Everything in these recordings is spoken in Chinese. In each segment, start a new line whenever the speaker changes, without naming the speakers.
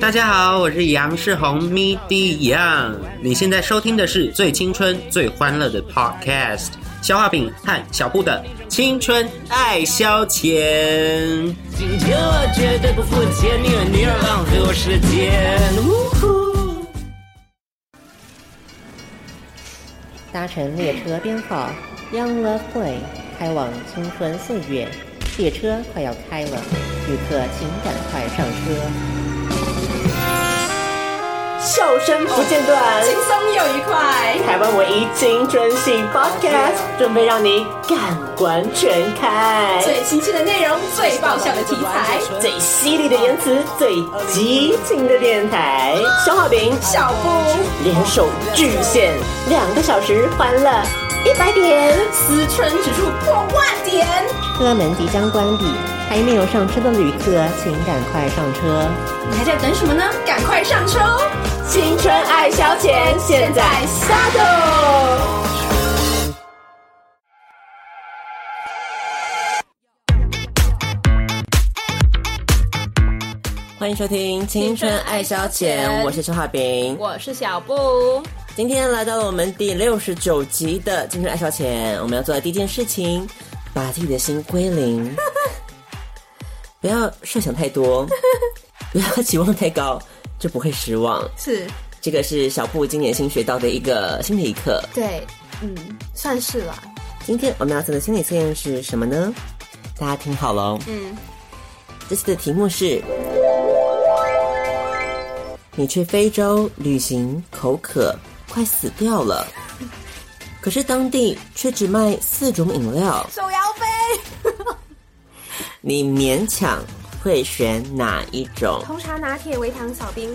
大家好，我是杨世宏咪 D 杨。你现在收听的是最青春、最欢乐的 Podcast，消化饼和小布的青春爱消遣。
今天我绝对不付钱，你你浪费我时间。呜呼！
搭乘列车编号 Young Love Way 开往青春岁月，列车快要开了，旅客请赶快上车。
笑声不间断，
轻松又愉快。
台湾唯一青春系 Podcast，准备让你感官全开。
最清新的内容，最爆笑的题材，
最犀利的言辞，最激情的电台。小好饼、
小布
联手巨献，两个小时欢乐一百点，
思春指数破万点。
车门即将关闭，还没有上车的旅客请赶快上车。
你还在等什么呢？赶快上车哦！
青春爱消遣，现在
下豆。
欢迎收听《青春爱消遣》，我是陈浩饼，
我是小布。
今天来到了我们第六十九集的《青春爱消遣》，我们要做的第一件事情，把自己的心归零，不要设想太多， 不要期望太高，就不会失望。
是，
这个是小布今年新学到的一个心理课。
对，嗯，算是吧。
今天我们要做的心理测验是什么呢？大家听好喽。
嗯，
这次的题目是：你去非洲旅行，口渴，快死掉了，可是当地却只卖四种饮料，
手摇杯，
你勉强会选哪一种？
红茶拿铁、微糖少冰。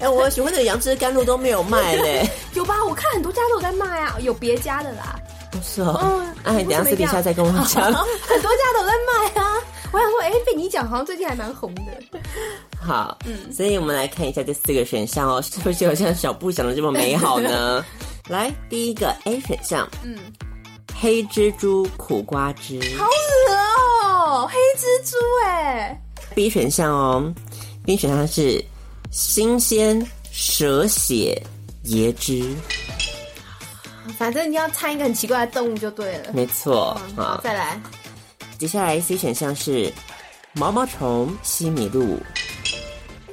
哎、我喜欢的杨枝甘露都没有卖嘞。
有吧？我看很多家都有在卖啊，有别家的 啦，
不是哦，
嗯
哎，等一下私底下再跟我讲。
很多家都有在卖啊。我想说，哎、被你讲好像最近还蛮红的。
好，嗯，所以我们来看一下这四个选项哦， 是不是有像小布想的这么美好 呢？来，第一个 A 选项，
嗯，
黑蜘蛛苦瓜汁
好恶哦，黑蜘蛛哎、
；B 选项哦，B 选项是新鲜蛇血椰汁，
反正你要猜一个很奇怪的动物就对了。
没错
嗯好，
啊。
再来。
接下来 C 选项是毛毛虫西米露，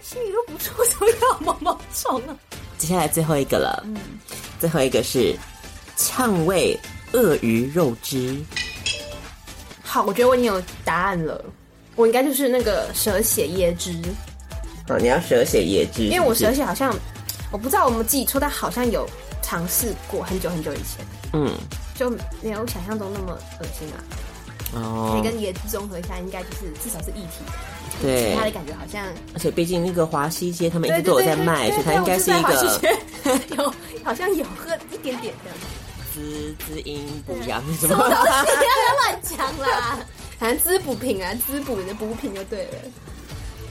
西米露不错，怎么要毛毛虫啊？
接下来最后一个了，
嗯
最后一个是呛味鳄鱼肉汁。
好，我觉得我已经有答案了。我应该就是那个蛇血椰汁，
哦，你要蛇血椰汁，
因为我
是不
蛇
是
血好像我不知道我们自己抽，但好像有尝试过很久很久以前，
嗯。
就没有想象中那么恶心啊。可以
哦
跟，椰汁综合一下，应该就是至少是一体的，
对
其，他的感觉好像
而且毕竟那个华西街他们一
对
直
对
都有
对
在
对
卖，
对
所以它
对
应
我
该
就是
一
在华西
个
街有 好像有喝一点点的，
滋滋阴补阳什
不
么
要啊乱讲啦。反正滋补品啊，滋补的补品就对了。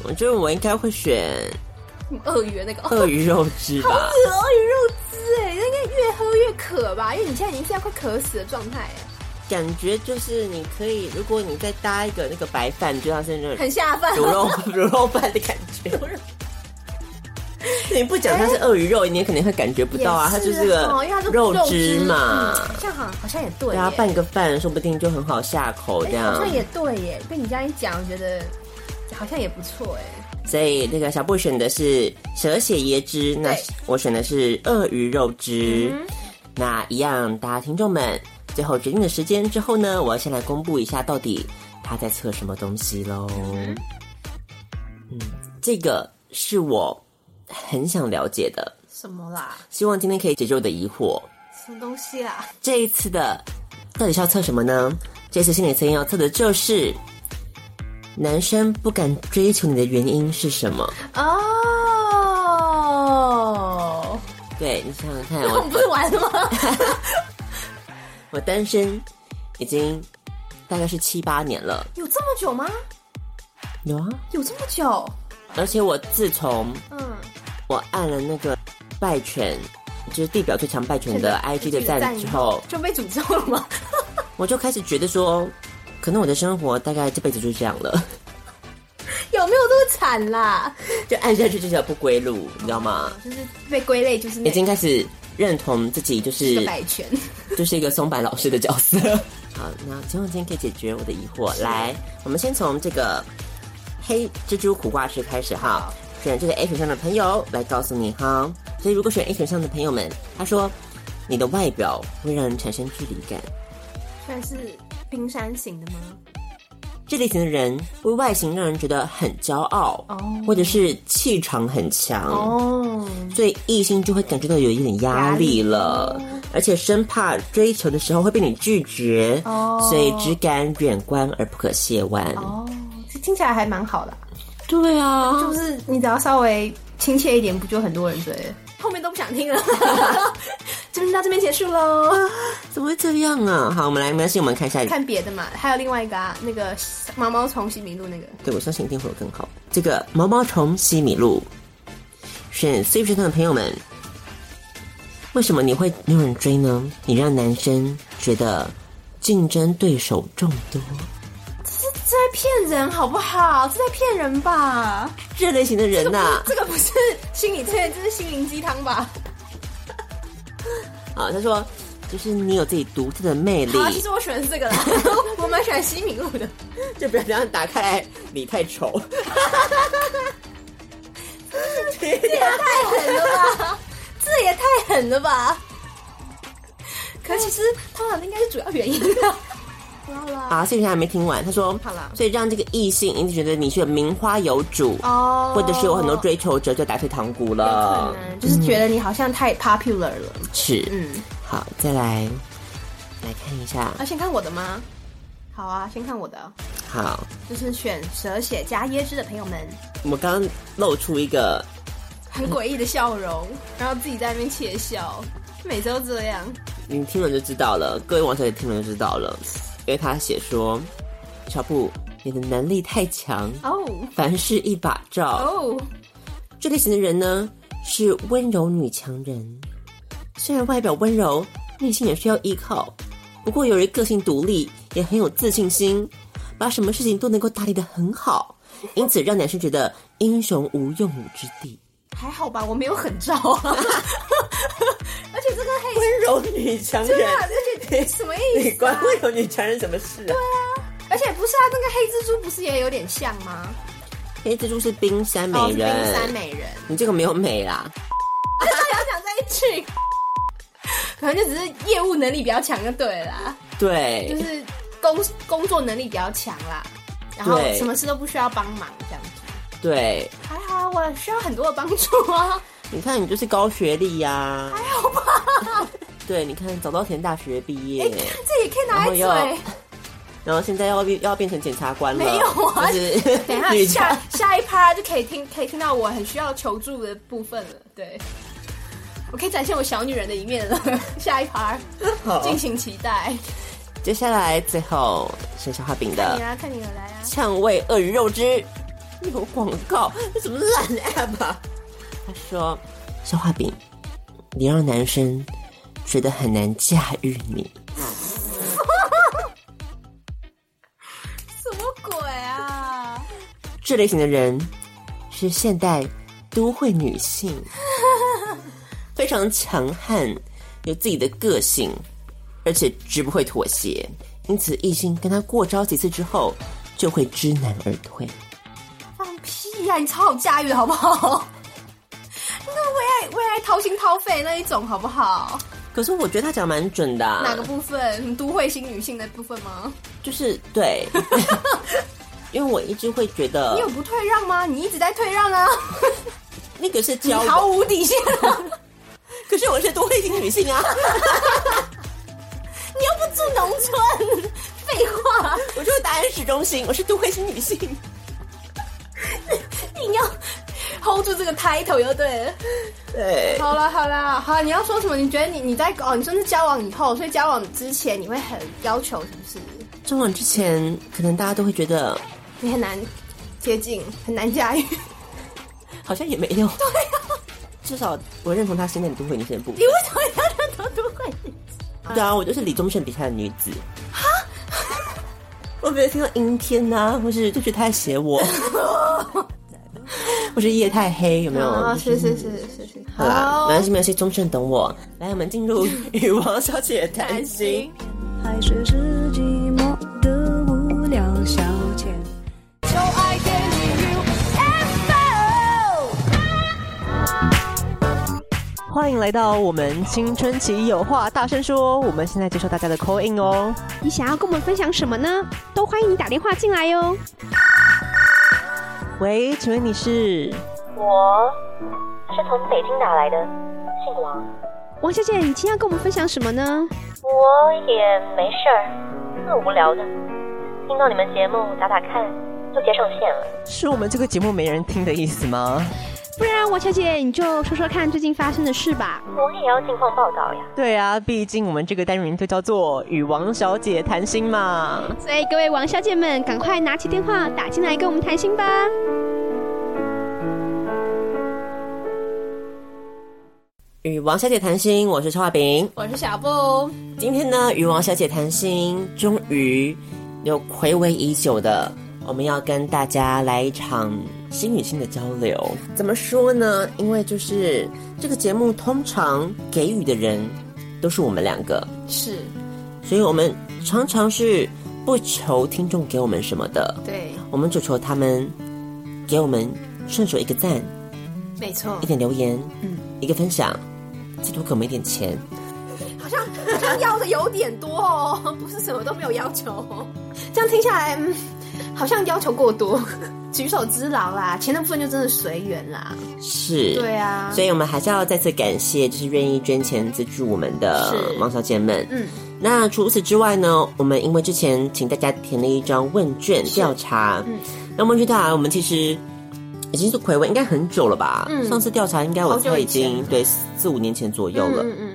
我觉得我应该会选
鳄鱼的那个，哦
鳄鱼肉汁
好
吧。
恶鳄鱼肉汁哎，那应该越喝越渴吧？因为你现在已经是要快渴死的状态哎，
感觉就是你可以，如果你再搭一个那个白饭，就像是那 种
很下饭。
卤肉卤肉饭的感觉。 你不讲它是鳄鱼肉，你也肯定会感觉不
也
到啊，它就是个
哦因为它是
肉
汁
汁嘛。
嗯这样好好像也对
对
耶，
啊，拌个饭说不定就很好下口这
哎
样。
好像也对耶。被你这样一讲，我觉得好像也不错哎。
所以那个小布选的是蛇血椰汁，那
对
我选的是鳄鱼肉汁。那一样，大家听众们，最后决定的时间之后呢，我要先来公布一下到底他在测什么东西喽。嗯，这个是我很想了解的，
什么啦？
希望今天可以解救我的疑惑。
什么东西啊？
这一次的到底是要测什么呢？这次心理测验要测的就是男生不敢追求你的原因是什么。
哦，
对你想想看，
我
我
们不是玩了吗？
我单身已经大概是七八年了，
有这么久吗？
有啊。
有这么久？
而且我自从
嗯，
我按了那个拜犬，就是地表最强拜犬的 IG 的赞之后，
就被诅咒了吗？
我就开始觉得说，可能我的生活大概这辈子就这样了。
有没有这么惨啦？
就按下去这条不归路，你知道吗？
就是被归类，就是
已
那
经开始认同自己就是
个百全。
就是一个松柏老师的角色。好，那希望今天可以解决我的疑惑。来，我们先从这个黑蜘蛛苦瓜汁开始哈。选这个 A 选项的朋友来告诉你哈。所以如果选 A 选项的朋友们，他说你的外表会让人产生距离感，
算是冰山型的吗？
这类型的人为外形让人觉得很骄傲，
哦
或者是气场很强，
哦，
所以异性就会感觉到有一点压力了，而且生怕追求的时候会被你拒绝，
哦
所以只敢远观而不可亵玩。
哦，嗯这听起来还蛮好的啊、
对啊，
就是你只要稍微亲切一点，不就很多人追了？后面都不想听了， 今天到这边结束喽。
怎么会这样啊？好，我们来，没关系，我们看一下。
看别的嘛，还有另外一个啊，那个毛毛虫西米露那个，
对，我相信一定会有更好。这个毛毛虫西米露，选 C 选项的朋友们，为什么你会没有人追呢？你让男生觉得竞争对手众多。
这在骗人好不好？这在骗人吧？
这类型的人
这个不
呐、
这个不是心理测验，这是心灵鸡汤吧？
啊，他说，就是你有自己独特的魅力
好、，啊，其实我选的是这个 啦，我蛮喜欢西米露的，
就不要这样打开来，你太丑。
太狠了吧？这也太狠了吧？可其实通常应该是主要原因啊的。不要啦，
啊，所以还没听完，他说，
好啦
所以让这个异性一直觉得你是名花有主，
哦
或者是有很多追求者就打退堂鼓
可
了，
能就是觉得你好像太 popular 了。
是，
嗯，
好，再来，来看一下，
啊，先看我的吗？好啊，先看我的，
好，
就是选蛇血加椰汁的朋友们，
我刚刚露出一个，
很诡异的笑容，然后自己在那边窃笑，每周这样。
你听了就知道了，各位网友也听了就知道了，因为他写说，小布，你的能力太强，
哦
凡事一把照。
哦，
这类型的人呢，是温柔女强人。虽然外表温柔，内心也需要依靠。不过，由于个性独立，也很有自信心，把什么事情都能够打理得很好，因此让男生觉得英雄无用武之地。
还好吧，我没有很 照啊。而且这个黑
温柔女强
对啊，而且什么意思、啊？
柔女强人什么事啊？
而且不是啊，那个黑蜘蛛不是也有点像吗？
黑蜘蛛是冰山美
哦，是冰
人，
山美人。
你这个没有美啦。
不要讲在一起，可能就只是业务能力比较强就对啦，
对，
就是工工作能力比较强啦，然后
对
什么事都不需要帮忙这样子。
对，
还好啊，我需要很多的帮助 啊，
你看你就是高学历呀、还好吧？ 对，你看早稻田大学毕业。
这也哎可以拿来
然后
嘴。
然后现在要变要变成检察官了，
没有啊
就是
等一下
女
下
强
下一趴就可以听可以听到我很需要求助的部分了，对。我可以展现我小女人的一面了， 下一趴
好
敬请期待。
哦接下来最后是小画饼
你
的
啊，看你了来啊！
呛味鳄鱼肉汁，有广告，这什么烂 app 啊？他说：“小画饼，你让男生觉得很难驾驭你。
什么鬼啊？
这类型的人是现代都会女 性，非常强悍，有自己的个性，而且绝不会妥协。因此，异性跟他过招几次之后，就会知难而退。
放屁啊呀、你超好驾驭的好不好？ 那为爱为爱掏心掏肺那一种好不好？
可是，我觉得他讲得蛮准的啊、
哪个部分？都会型女性的部分吗？
就是 对，因为我一直会觉得
你有不退让吗？你一直在退让啊，
那个是
你
交
毫
往，
无底线啊！
可是我是都会型女性啊，
你又不住农村，废话，
我就是答案市中心，我是都会型女性。
硬要 hold 住这个 title 就对了。
对，
好了好了，好啦，你要说什么？你觉得你你在哦，你说是交往以后，所以交往之前你会很要求，是不是？
交往之前，可能大家都会觉得
你很难接近，很难驾驭。
好像也没有。对至少我认同他现在的都会女性的部分
你。为什么要让他都会？
对啊，我就是李宗盛底下的女子。哈，我我每次听到阴天呐、或是就觉得他在写 我，或是夜太黑，有没有？
啊，是是是是是，
好啦，没关系没关系，中正等我。来，我们进 入与王小姐谈心。
还是是寂寞的无聊消遣。
就爱给你 UFO。
欢迎来到我们青春期有话大声说，我们现在接受大家的 call in 哦。
你想要跟我们分享什么呢？都欢迎你打电话进来哟。
喂，请问你是？
我是从北京打来的，啊姓王。
王小姐，你今天要跟我们分享什么呢？
我也没事儿，很无聊的，听到你们节目打打看，就接上线了。
是我们这个节目没人听的意思吗？
不然啊王小姐你就说说看最近发生的事吧。
我也要近况报道呀。
对啊，毕竟我们这个单元就叫做与王小姐谈心嘛。
所以各位王小姐们，赶快拿起电话打进来跟我们谈心吧。
与王小姐谈心，我是超画饼。
我是小布，
今天呢，与王小姐谈心，终于有回味已久的，我们要跟大家来一场心与心的交流。怎么说呢？因为就是这个节目通常给予的人都是我们两个，
是
所以我们常常是不求听众给我们什么的，
对，
我们只求他们给我们顺手一个赞，
没错
一，点留言，嗯，一个分享，最多给我们一点钱。
好像好像要的有点多哦，不是什么都没有要求、 哦。这样听下来，嗯，好像要求过多， 举手之劳啦。前那部分就真的随缘啦。
是，
对啊
所以我们还是要再次感谢，就是愿意捐钱资助我们的
是
王小姐们。
嗯，
那除此之外呢，我们因为之前请大家填了一张问卷调查，嗯，那问卷调查我们其实已经是回味应该很久了吧？
嗯
上次调查应该我
好久
猜已
以前
经对四五年前左右了，
嗯嗯，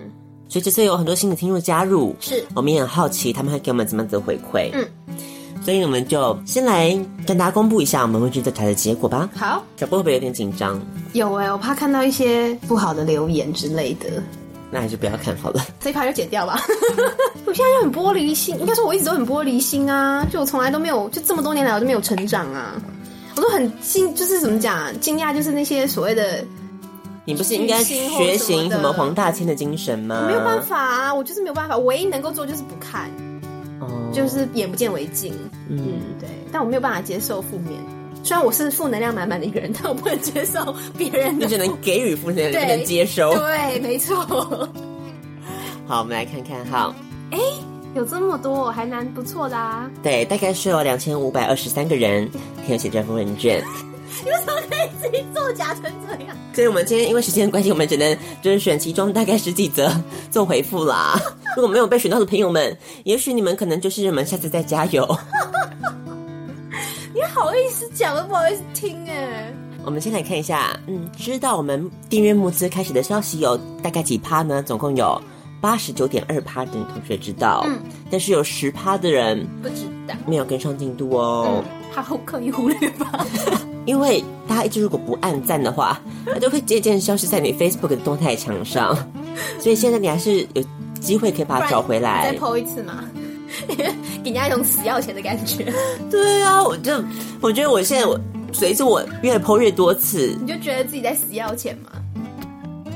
所以这次有很多新的听众加入，
是
我们也很好奇他们会给我们怎么样子的回馈，
嗯，
所以我们就先来跟大家公布一下我们问卷调查的结果吧。
好，
小波会不会有点紧张？
有哎、我怕看到一些不好的留言之类的，
那还是不要看 好了。
这一趴就剪掉吧。我现在就很玻璃心，应该说我一直都很玻璃心啊，就我从来都没有，就这么多年来我都没有成长啊。我都很惊，就是怎么讲啊，惊讶就是那些所谓的
你不是应该学行什么黄大千的精神吗？
没有办法啊，我就是没有办法，唯一能够做就是不看，
哦，
就是眼不见为净。嗯，对，但我没有办法接受负面。虽然我是负能量满满的一个人，但我不能接受别人
你
的
只。能给予负能量，你
对
不能接收。
对，没错，
好，我们来看看哈，
有这么多还蛮不错的啊。
对，大概是有两千五百二十三个人填写这份问卷，
你为什么可以自己作假成这样？
所以我们今天因为时间的关系，我们只能就是选其中大概十几则做回复啦。 如果没有被选到的朋友们，也许你们可能就是我们下次再加油。
你好意思讲，我都不好意思听哎。
我们先来看一下，嗯，知道我们订阅募资开始的消息有大概几趴呢？总共有八十九点二趴的同学知道，
嗯
但是有十趴的人
不知道，
没有跟上进度哦，
他好刻意忽略吧？
因为大家一直如果不按赞的话，它就会渐渐消失在你 Facebook 的动态墙上，所以现在你还是有机会可以把它找回
不然
来
你再。剖一次嘛， 给人家一种死要钱的感觉，
对啊，我就我觉得我现在我随着我越剖越多次，
你就觉得自己在死要钱嘛？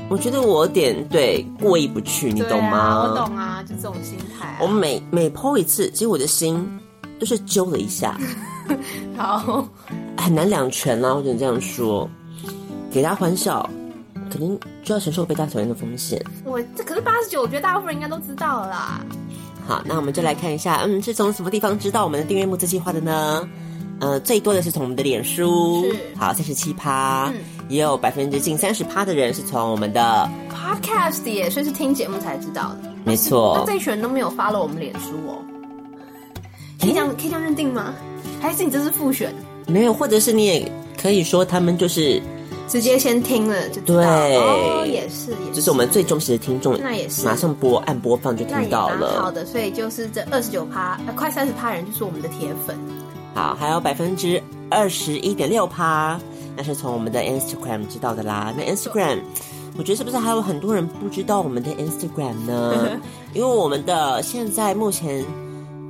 我觉得我有点对过意不去，你
对
懂吗？
啊？我懂啊，就这种心态啊、
我每每剖一次，其实我的心就是揪了一下，
好，
很难两全啦、我只能这样说，给大家欢笑，肯定就要承受被大家讨厌的风险。
我这可是八十九，我觉得大部分人应该都知道了啦。
好，那我们就来看一下，嗯，是从什么地方知道我们的订阅募资计划的呢？呃，最多的是从我们的脸书
是，嗯
好，三十七趴，也有百分之近三十趴的人是从我们的，
Podcast 耶，所以是听节目才知道的。
没
那
错
这，一群人都没有发了我们脸书哦，可以这样可以这样认定吗？还是你这是复选，
没有，或者是你也可以说他们就是，
直接先听了就知道了？
对
哦，也是也是，
就是我们最忠实的听众，
那也是
马上播按播放就
那
听
也
到
蛮
了
好。的，所以就是这二十九趴，呃快三十趴人就是我们的铁粉。
好，还有百分之二十一点六趴，那是从我们的 Instagram 知道的啦。那 Instagram，我觉得是不是还有很 多人不知道我们的 Instagram 呢？因为我们的现在目前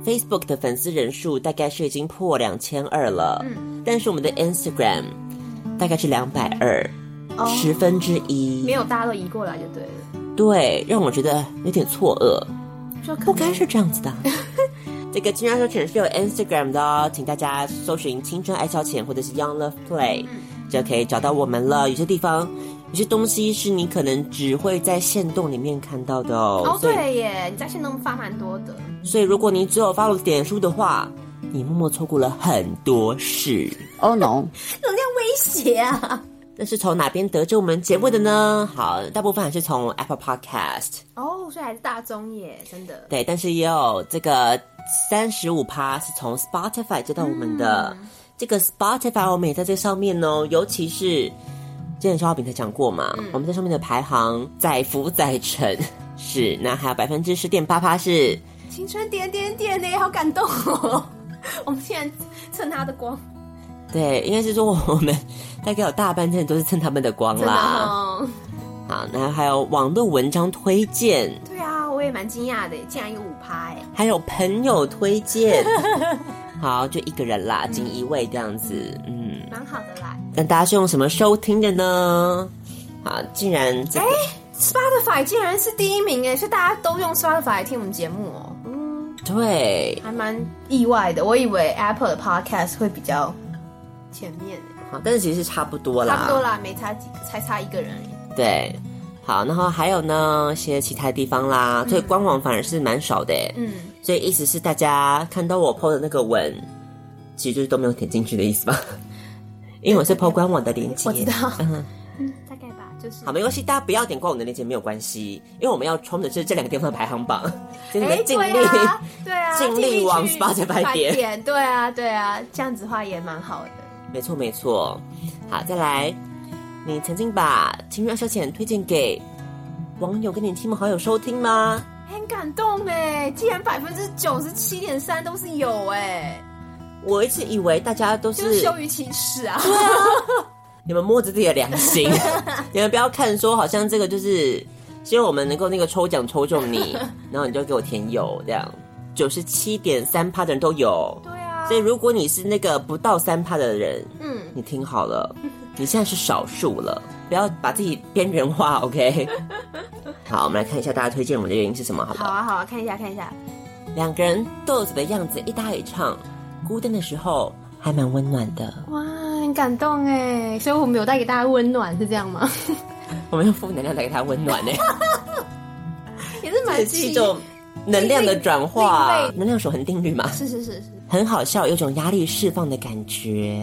Facebook 的粉丝人数大概是已经破两千二了，
嗯
但是我们的 Instagram 大概是两百二，
哦
十分之
没
一。
有大家都移过来就对了，
对，让我觉得有点错愕，
就
不
可能
该是这样子的。 这个青春爱消遣是有 Instagram 的哦，请大家搜寻“青春爱消遣”或者是 “Young Love Play”，、就可以找到我们了。有些地方，有些东西是你可能只会在线动里面看到的哦。
哦，
所以
对耶，你在线动发蛮多的，
所以如果你只有 follow 点数的话，你默默错过了很多事。
Oh no！
能量威胁啊！
那是从哪边得知我们节目的呢？好，大部分还是从 Apple Podcast，
哦，所以还是大众耶，真的。
对，但是也有这个三十五趴是从 Spotify 接到我们的。这个 Spotify 我们也在这上面哦，尤其是之前肖浩炳才讲过嘛，我们在上面的排行载浮载沉。 是，那还有百分之十点八趴是
青春点点点呢，好感动哦！ 我们竟然蹭他的光，
对，应该是说我们大概有大半阵都是蹭他们的光
真的
啦。
哦。
好，那还有网络文章推荐，
对啊，我也蛮惊讶的耶，竟然有五趴哎！
还有朋友推荐。好，就一个人啦，仅一位这样子。嗯，
蛮好的啦。
那大家是用什么收听的呢？好，竟然这
哎
个、
Spotify 竟然是第一名哎，所以大家都用 Spotify 来听我们节目哦，
对，
还蛮意外的。我以为 Apple 的 Podcast 会比较前面耶，
好，但是其实是差不多啦，
差不多啦，没差几个，才差一个人而已。
对，好，然后还有呢，一些其他地方啦，所以官网反而是蛮少的、
嗯，
所以意思是大家看到我 PO 的那个文，其实就是都没有点进去的意思 吧？因为我是 PO 官网的链接，嗯
我知道，嗯大概吧，就是
好，没关系，大家不要点关我们的链接没有关系，因为我们要冲的是这两个地方的排行榜， 真的
哎，
尽力。
对啊，对 啊，
尽力往
去
Spotify 点
点，对啊，对啊，这样子的话也蛮好的。
没错，没错。好，再来，你曾经把《青春消遣》推荐给网友跟你亲朋好友收听吗？
很感动哎，竟然百分之九十七点三都是有哎，
我一直以为大家都
就是
是
羞于启齿啊。
你们摸着自己的良心， 你们不要看说好像这个就是希望我们能够那个抽奖抽中 你，然后你就给我填有这样，九十七点三趴的人都有。
对啊
所，以如果你是那个不到三趴的人，
嗯，
你听好了，你现在是少数了，不要把自己边缘化，OK？好，我们来看一下大家推荐我们的原因是什么，好不
好
好？
啊好啊，看一下看一下，
两个人斗嘴的样子，一搭一唱，孤单的时候还蛮温暖的。
哇，很感动哎，所以我们有带给大家温暖是这样吗？
我们用负能量带给他温暖呢、
也是 蛮
这是一种能量的转
另
化
类，
能量守恒定律嘛，
是是是是，
很好笑，有种压力释放的感觉。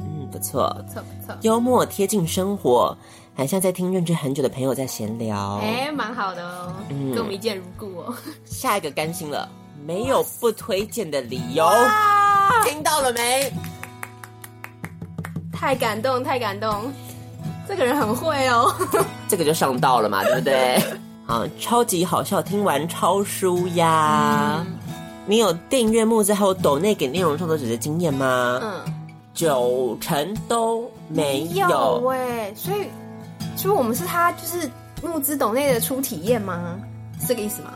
嗯，不错，
不错不错，
幽默贴近生活，很像在听认识很久的朋友在闲聊。
哎，蛮好的哦，
嗯
跟我们一见如故哦。
下一个甘心了，没有不推荐的理由，
嗯
听到了没？
太感动，太感动！这个人很会哦，
这个就上道了嘛，对不 对？啊，超级好笑，听完超舒压。你有订阅木之还有抖内给内容创作者的经验吗？
嗯，
九成都没有。啊
哎，所以，所以我们是他就是募资抖内的初体验吗？是这个意思吗？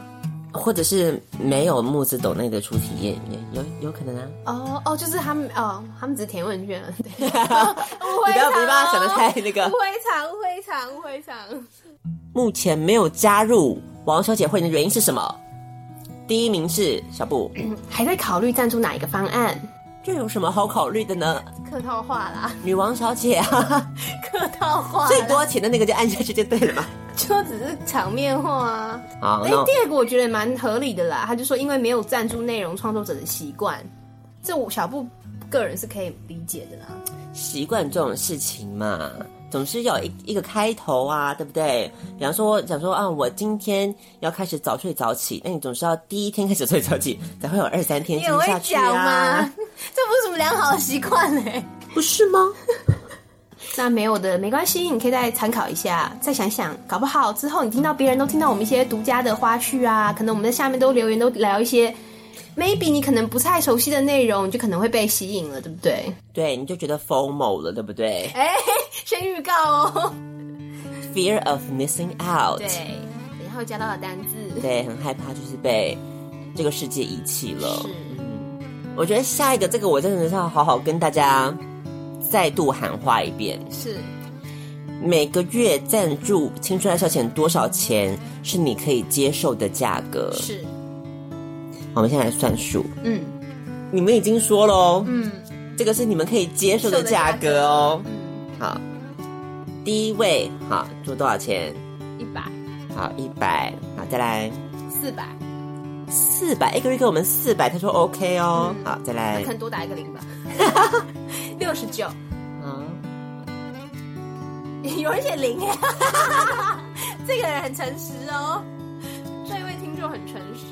或者是没有木子抖内的初体验，也有有可能 啊。
哦哦，就是他们哦，他们只是填问卷了， 对，误
你
会
不要
场，哦
你不要想的啊太那个
误。会场，误会场，误会场，
目前没有加入王小姐会的原因是什么？第一名是小布，
还在考虑赞助哪一个方案？
这有什么好考虑的呢？
客套话啦，
女王小姐
哦
啊，
客套话啦，
最多钱的那个就按下去就对 了嘛。
就只是场面话啊。
好，
哎、
那
第二个我觉得蛮合理的啦，他就说因为没有赞助内容创作者的习惯，这我小布个人是可以理解的啦。
习惯这种事情嘛，总是要有一一个开头啊，对不对？比方说，我想说啊，我今天要开始早睡早起，那你总是要第一天开始早睡早起， 才会有二三天
你
坚
很
持
会
下去
讲吗？
啊，
这不是什么良好的习惯嘞。
不是 吗？
那没有的没关系，你可以再参考一下，再想想，搞不好之后你听到别人都听到我们一些独家的花絮啊，可能我们在下面都留言都聊一些，maybe 你可能不太熟悉的内容，你就可能会被吸引了，对不对？
对，你就觉得 FOMO 了，对不对
哎，先预告 哦。
？Fear of missing out，
对，然后加到了单字，
对很害怕就是被这个世界遗弃了。嗯
是
我觉得下一个这个我真的是要好好跟大家再度喊话一遍：
是，
每个月赞助《青春爱消遣》多少钱是你可以接受的价格？
是，
好我们现在来算数，
呃嗯
你们已经说喽，
嗯
这个是你们可以接受的价格哦。
嗯，
好，第一位，好，做多少钱？
一百、
好，一百。好，再来
四百，
四百。一个月给我们四百，他说 OK 哦。
嗯
好，再
那
来
可，能多打一个零吧， 六十九，
嗯，
有人写零哎，这个人很诚实哦，这一位听众很诚实，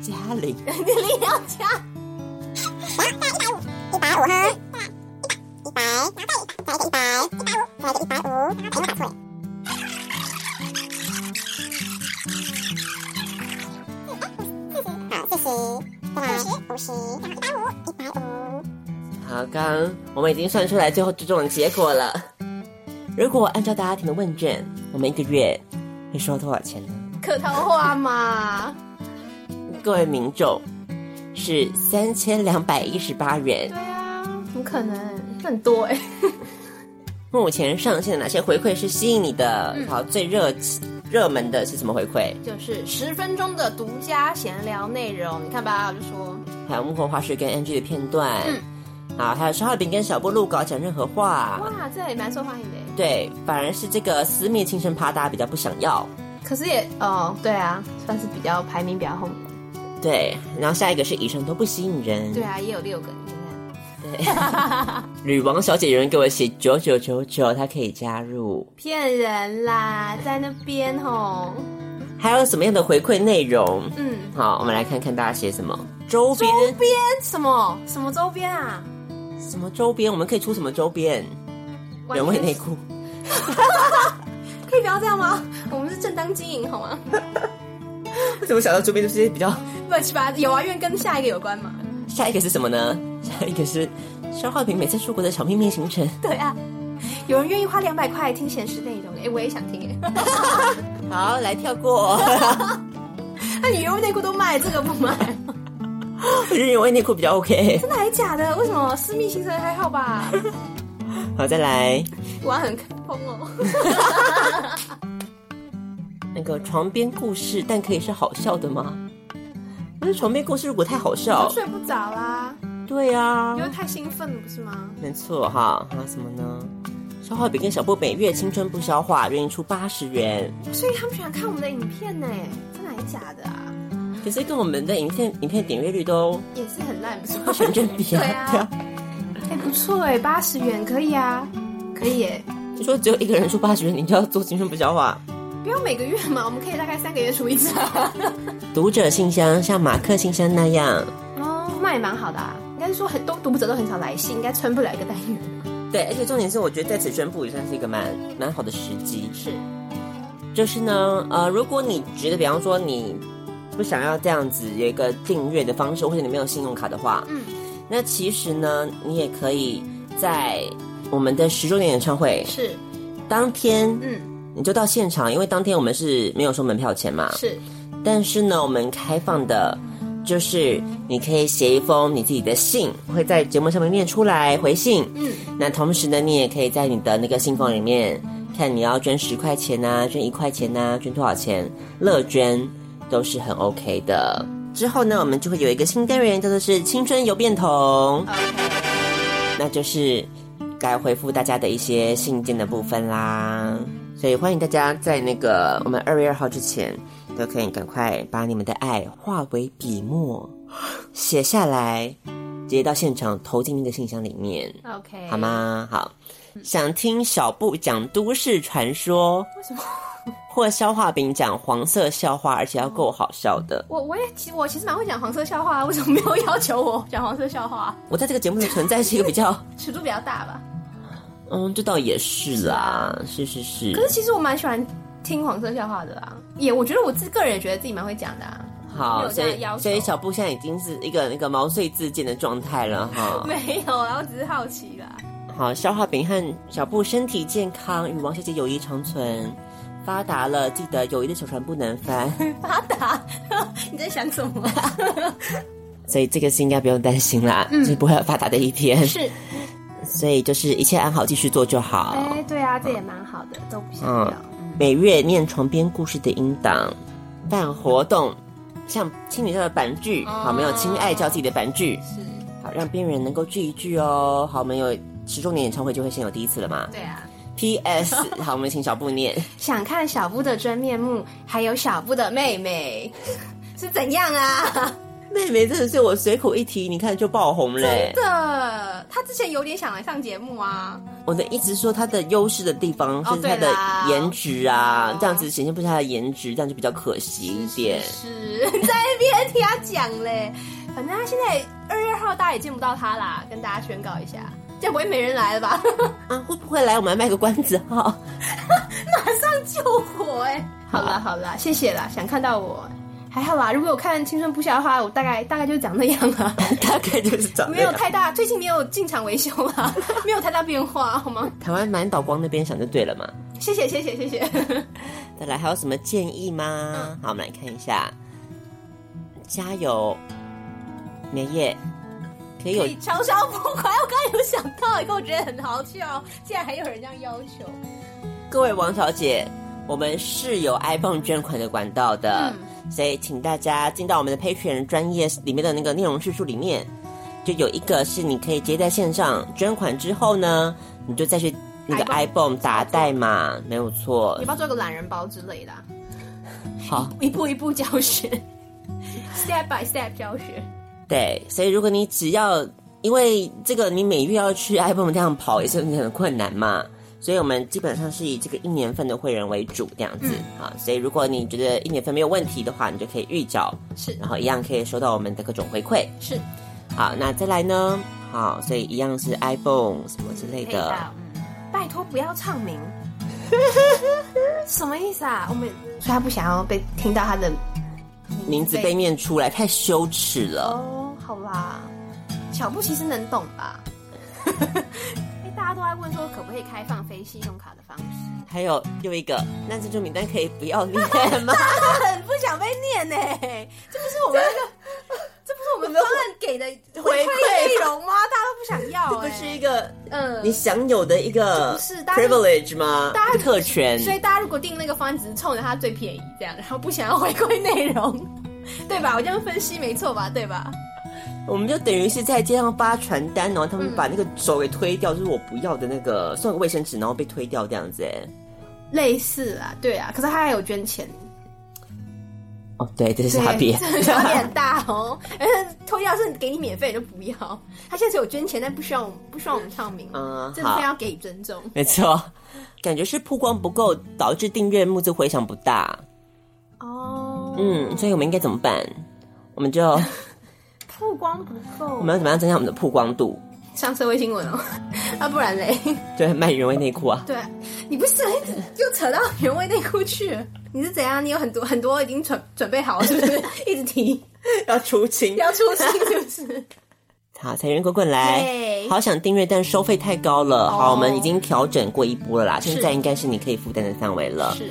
嘉玲，
你零要加，
好，刚刚我们已经算出来最后最终的结果了。如果按照大家填的问卷，我们一个月会收多少钱呢？
客套话嘛，
各位民众是三千两百一十八元
对。啊，怎么可能？这很多哎，
目前上线的哪些回馈是吸引你的？好，最热热门的是什么回馈？
就是十分钟的独家闲聊内容，你看吧，我就说
还有幕后花絮跟 NG 的片段，好，还有小浩饼跟小波录稿讲任何话，
哇，这也蛮受欢迎的哎，
对，反而是这个私密亲生趴大家比较不想要。
可是也哦，对啊，算是比较排名比较后面。
对，然后下一个是以上都不吸引人。
对啊，也有六个，你看
女王小姐有人给我写九九九九，她可以加入。
骗人啦，在那边吼，
还有什么样的回馈内容？
嗯，
好，我们来看看大家写什么周边，
周边什么什么周边啊？
什么周边？我们可以出什么周边？
完
原
全
味内裤。
可以不要这样吗？我们是正当经营好吗？
为什么想到周边就是比较？
乱七八糟，有啊，因为跟下一个有关嘛。
下一个是什么呢？下一个是肖浩平每次出国的小秘密行程。
对啊，有人愿意花两百块听闲时内容，哎、我也想听 哎、
好，来跳 过。
那啊你原味内裤都卖，这个不卖？
我觉得原味内裤比较 OK。
真的还假的？为什么私密行程还好吧？
好，再来
玩很疯哦。
那个床边故事，但可以是好笑的吗？但是床边故事如果太好笑，
睡不着啦，
对啊
因，为太兴奋了，不是吗？
没错哈。还有什么呢？消化饼跟小布每月青春不消化，愿意出八十元，
所以他们喜欢看我们的影片呢，真的还假的啊？
可是跟我们的影片影片点阅率都
也是很烂，不是吗？
成正比
对
啊。
啊
对啊，
哎、不错哎，八十元可以啊，可以耶，
你说只有一个人出八十元，你就要做青春不消化？
不用每个月嘛，我们可以大概三个月出一次、啊。
读者信箱像马克信箱那样，
哦，那也蛮好的啊，应该是说很多读者都很少来信，应该撑不了一个单元。
对，而且重点是，我觉得在此宣布也算是一个蛮蛮好的时机。
是，
就是呢，呃，如果你觉得，比方说你不想要这样子有一个订阅的方式，或者你没有信用卡的话，
嗯，
那其实呢，你也可以在我们的十周年演唱会
是，
当天，
嗯，
你就到现场，因为当天我们是没有收门票钱嘛，
是，
但是呢，我们开放的，就是你可以写一封你自己的信，会在节目上面念出来回信。
嗯，
那同时呢，你也可以在你的那个信封里面看你要捐十块钱呐、捐一块钱呐、捐多少钱，乐捐都是很 OK 的。之后呢，我们就会有一个新单元，叫做是青春邮便桶，那就是该回复大家的一些信件的部分啦。所以欢迎大家在那个我们二月二号之前，都可以赶快把你们的爱化为笔墨，写下来，直接到现场投进那个信箱里面，
OK，
好？吗？好，想听小布讲都市传说，为什么？或消化饼讲黄色笑话，而且要够好笑的。
我我也其实我其实蛮会讲黄色笑话啊，为什么没有要求我讲黄色笑话啊？
我在这个节目的存在是一个比较，
尺度比较大吧。
嗯，这倒也是啦，是是是。
可是其实我蛮喜欢听黄色笑话的啦，也我觉得我自个人也觉得自己蛮会讲的啊。没
好，
有这
所
样
以
要求
所以小布现在已经是一个那个毛遂自荐的状态了哈。
没有啊，我只是好奇啦。
好，消化饼和小布身体健康，与王小姐友谊长存，发达了，记得友谊的小船不能翻。
发达， 你在想什么？
所以这个是应该不用担心啦，就是不会有发达的一天。
嗯是，
所以就是一切安好，继续做就好。
哎、对啊，这也蛮好的，都不想要。
嗯，每月念床边故事的音档，办活动，像青女教的版剧，好，没有亲爱教自己的版剧，
哦是，
好，让边缘人能够聚一聚哦。好，我们有十周年演唱会就会先有第一次了嘛。
对啊。
P.S. 好，我们请小布念。
想看小布的真面目，还有小布的妹妹 是怎样啊？
妹妹真的是我随口一提，你看就爆红嘞。
的，他之前有点想来上节目啊。
我的一直说她的优势的地方就是她
哦对
的
啦
颜值啊，这样子显现不出她的颜值，这样就比较可惜一点。
是 在那边听他讲嘞。反正他现在二月二号大家也见不到他啦，跟大家宣告一下，这样不会没人来了吧？
啊，会不会来我们卖个关子哈？
马上救火哎、好啦好啦，谢谢啦，想看到我还好啦。如果有看《青春不朽》的话，我大概大概就长那样啊，
大概就是长那
没有
样。
太大，最近没有进场维修啦， 没有太大变化，好吗？
台湾满岛光那边想就对了嘛。
谢谢谢谢谢谢。
再来还有什么建议
嗯
吗？好，我们来看一下。加油，梅叶，可以有
可以长烧不快，我刚刚有想到，哎可我觉得很好笑，竟然还有人这样要求。
各位王小姐，我们是有 iPhone 捐款的管道的，所以请大家进到我们的 Patreon 专业里面的那个内容叙述里面，就有一个是你可以直接在线上捐款之后呢，你就再去那个 iPhone 打代码，没有错
你要。不要做个懒人包之类的啊、
好，
一步一步教学，step by step 教学。
对，所以如果你只要因为这个，你每月要去 iPhone 这样跑，也是有点困难嘛。所以我们基本上是以这个一年份的会员为主这样子
嗯
啊、所以如果你觉得一年份没有问题的话，你就可以预缴，
是
然后一样可以收到我们的各种回馈。
是
好，那再来呢？好，所以一样是 iPhone 什么之类
可以的
的。。
嗯拜托不要唱名，什么意思啊？我们所以他不想要被听到他的
名字被念出来太羞耻了，
哦，好啦，小布其实能懂吧？ 哎大家都在问说可不可以开放非信用卡的方式，
还有又一个，那这种名单可以不要念 吗？
很不想被念 呢、这不是我们那 个，这不是我们方案给的回
回
馈
馈
内容吗？大家都不想要、
不
哎，
是一个
嗯
你享有的一个
不是大家
privilege 吗
大？家
特权。
所以大家如果订那个方案，只是冲着它最便宜这样，然后不想要回归内容， 对吧？我这样分析没错吧？对吧？
我们就等于是在街上发传单，然后他们把那个手给推掉，就是我不要的那个送个卫生纸，然后被推掉这样子。哎，
类似啊，对啊。可是他还有捐钱，
哦，对，这是
对
差别。
这个差别很大哦。而且脱掉是给你免费你就不要，他现在只有捐钱，但不需要我们不需要我们唱名，
嗯
真的
好
非要给予尊重。
没错，感觉是曝光不够，导致订阅募资回响不大。
哦，
嗯，所以我们应该怎么办？我们 就
曝光不
我
够，
们要怎么样增加我们的曝光度？
上社会新闻哦， 啊，不然嘞，
对，卖原味内裤啊。
对你不是哎又扯到原味内裤去了？你是怎样？你有很多很多已经准准备好了，是不是？一直提。
要出清
要出新是不是？
好，财源滚滚来
耶
好想订阅，但收费太高
哦
了。好，我们已经调整过一波了啦，现在应该是你可以负担的范围了，
是，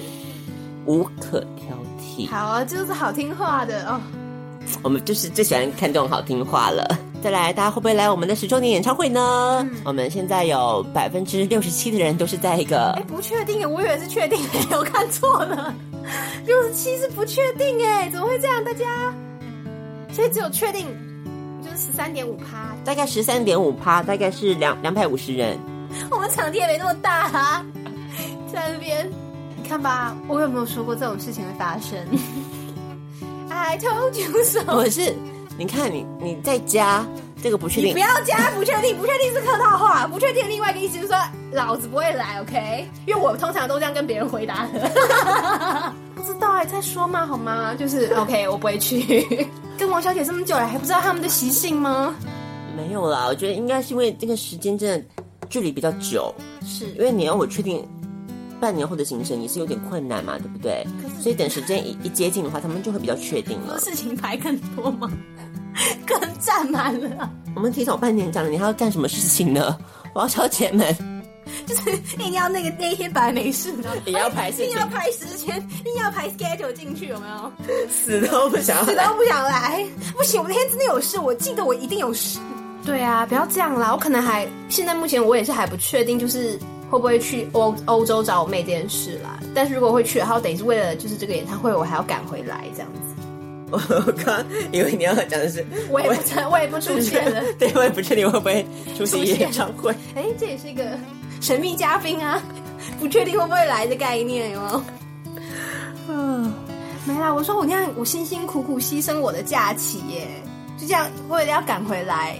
无可挑剔。
好啊，这就是好听话的哦。
我们就是最喜欢看这种好听话 了。再来，大家会不会来我们的十周年演唱会呢？
嗯
我们现在有百分之六十七的人都是在一个
哎，不确定耶，我以为是确定耶，我看错了。 六十七是不确定哎，怎么会这样？大家，所以只有确定就是十三点五趴，
大概十三点五趴，大概是两两百五十人。
我们场地也没那么大啊， 在那边。你看吧，我有没有说过这种事情会发生 ？I told you so。
我是，你看你你在家这个不确
你
定
不，要加不确定，不确定是客套话，不确定另外一个意思就是说老子不会来，OK？因为我通常都这样跟别人回答的。 不知道哎、再说嘛好吗？就是 OK，我不会去。跟王小姐这么久了，还不知道他们的习性吗？
没有啦。我觉得应该是因为这个时间真的距离比较久，
是
因为你要我确定半年后的行程也是有点困难嘛，对不对？所以等时间一一接近的话，他们就会比较确定了。
事情排更多吗？ 更占满了。
我们提早半年讲了，你还要干什么事情呢？王小姐们，
就是硬要那个那一天本来没事，你知道吗
也要排时
硬
间
要排时间，硬要排 schedule 进去，有没有？
死都不想要
死
来
都不想来，不行，我那天真的有事，我记得我一定有事。对啊，不要这样啦，我可能还现在目前我也是还不确定，就是会不会去欧欧洲找我妹这件事啦。但是如果会去的话，我等于是为了就是这个演唱会，我还要赶回来这样子。
我刚以为你要讲的是，
我也不知，我也不出现了。
对，我也不确定我会不会出席
出现
演唱会。
哎，这也是一个神秘嘉宾啊，不确定会不会来的概念有没有？没啦，我说我那样，我辛辛苦苦牺牲我的假期耶，就这样为了要赶回来，